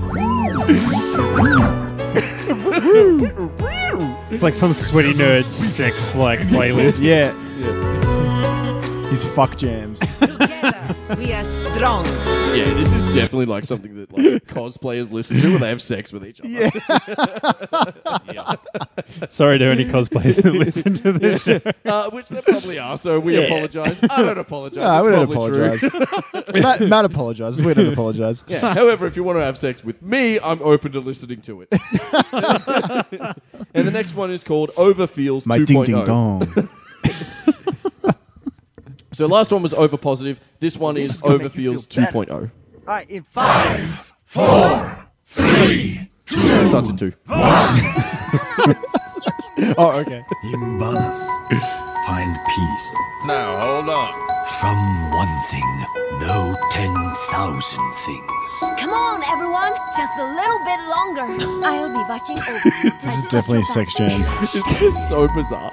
[SPEAKER 2] from?
[SPEAKER 1] *laughs* It's like some sweaty nerd sex like
[SPEAKER 3] *laughs*
[SPEAKER 1] playlist.
[SPEAKER 2] Yeah. His
[SPEAKER 1] *laughs*
[SPEAKER 2] fuck jams.
[SPEAKER 9] Together, we are strong.
[SPEAKER 3] Yeah, this is definitely like something that *laughs* like cosplayers listen to when they have sex with each other. Yeah.
[SPEAKER 1] Sorry to any cosplayers that *laughs* listen to this show.
[SPEAKER 3] Uh, which they probably are. So we apologize. I *laughs* don't apologize.
[SPEAKER 2] Ah,
[SPEAKER 3] It's
[SPEAKER 2] we don't
[SPEAKER 3] probably true.
[SPEAKER 2] apologize.
[SPEAKER 1] *laughs*
[SPEAKER 2] Matt, Matt apologizes. We don't apologize.
[SPEAKER 3] Yeah. However, if you want to have sex with me, I'm open to listening *laughs* to it. and the next one is called Overfeels oh.
[SPEAKER 2] My
[SPEAKER 3] 2.0.
[SPEAKER 2] ding ding
[SPEAKER 1] oh.
[SPEAKER 2] dong.
[SPEAKER 3] So last one was over positive. This one is over feels 2.0.
[SPEAKER 5] Alright, in five.
[SPEAKER 3] It starts at two.
[SPEAKER 2] Oh, okay.
[SPEAKER 7] Imbalance. Find peace. Now, hold on. From one thing, no 10,000 things.
[SPEAKER 9] Come on, everyone.
[SPEAKER 8] Just a little bit longer. I'll be watching over you.
[SPEAKER 2] This is definitely sex jams.
[SPEAKER 3] This is so bizarre.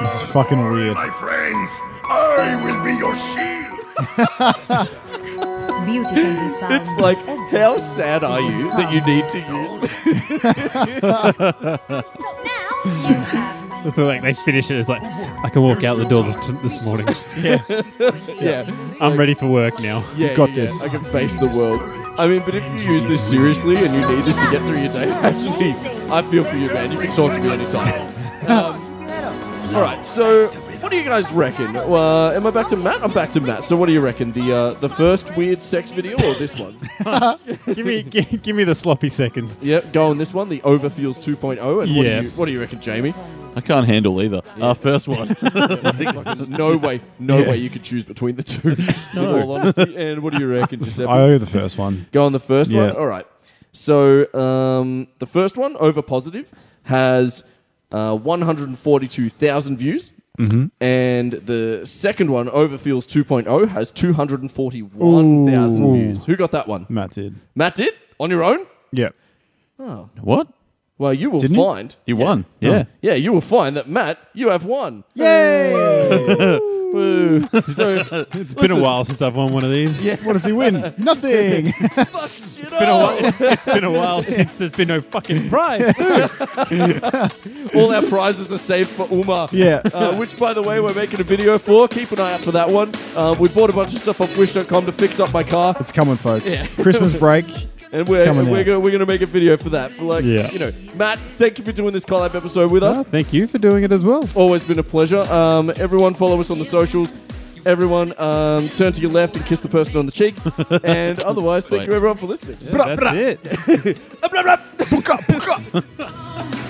[SPEAKER 2] This is fucking weird.
[SPEAKER 7] My friends, I will be your shield.
[SPEAKER 9] Beauty can be found.
[SPEAKER 3] It's like, how sad are you that you need to use this?
[SPEAKER 8] Now you have my
[SPEAKER 1] So like they finish it. It's like I can walk out the door t- this morning.
[SPEAKER 3] Yeah,
[SPEAKER 1] I'm ready for work now.
[SPEAKER 3] yeah,
[SPEAKER 2] got
[SPEAKER 3] yeah, yeah.
[SPEAKER 2] this.
[SPEAKER 3] I can face the world. I mean, but if you use this seriously and you need this to get through your day, *laughs* actually, I feel for you, man. You can talk to me anytime. Um, all right, so what do you guys reckon? Uh, am I back to Matt? I'm back to Matt. So what do you reckon? The uh, the first weird sex video or this one?
[SPEAKER 1] give me, give, give me the sloppy seconds.
[SPEAKER 3] Yep, go on this one, the Overfeels 2.0. And what,
[SPEAKER 1] Yeah.
[SPEAKER 3] do you, what do you reckon, Jamie?
[SPEAKER 4] I can't handle either. Uh, first
[SPEAKER 3] *laughs*
[SPEAKER 4] one.
[SPEAKER 3] No way, no way you could choose between the two, *laughs* in all honesty. And what do you reckon, Giuseppe?
[SPEAKER 2] I owe the first one.
[SPEAKER 3] go on the first one?
[SPEAKER 2] Yeah.
[SPEAKER 3] All right. So um, the first one, Over Positive, has uh, 142,000 views. And the second one, Overfeels 2.0, oh, has 241,000
[SPEAKER 2] Ooh.
[SPEAKER 3] views. Who got that one?
[SPEAKER 2] Matt did.
[SPEAKER 3] Matt did? On your own?
[SPEAKER 2] Yep.
[SPEAKER 4] what?
[SPEAKER 3] Well, you will
[SPEAKER 2] Didn't he?
[SPEAKER 3] find.
[SPEAKER 4] You won. Yeah.
[SPEAKER 3] Yeah, you will find that, Matt, you have won. So
[SPEAKER 1] It's been a while since I've won one of these. Yeah.
[SPEAKER 2] *laughs* What does he win?
[SPEAKER 3] *laughs*
[SPEAKER 2] Nothing.
[SPEAKER 1] It's been a
[SPEAKER 2] *laughs*
[SPEAKER 1] while since there's been no fucking prize. too.
[SPEAKER 3] All our prizes are saved for Uma.
[SPEAKER 2] Yeah.
[SPEAKER 3] Uh, which, by the way, we're making a video for. Keep an eye out for that one. Uh, we bought a bunch of stuff off Wish.com to fix up my car,
[SPEAKER 2] It's coming, folks. Christmas break.
[SPEAKER 3] and we're
[SPEAKER 2] coming
[SPEAKER 3] and we're
[SPEAKER 2] out.
[SPEAKER 3] gonna, we're gonna make a video for that. For like,
[SPEAKER 1] Yeah.
[SPEAKER 3] you know, Matt, thank you for doing this collab episode with us.
[SPEAKER 1] Thank you for doing it as well.
[SPEAKER 3] Always been a pleasure. Um, everyone, follow us on the socials. Everyone, um, turn to your left and kiss the person on
[SPEAKER 2] *laughs*
[SPEAKER 3] the cheek. and otherwise, thank you everyone for listening.
[SPEAKER 1] That's it.
[SPEAKER 2] Book up, book up.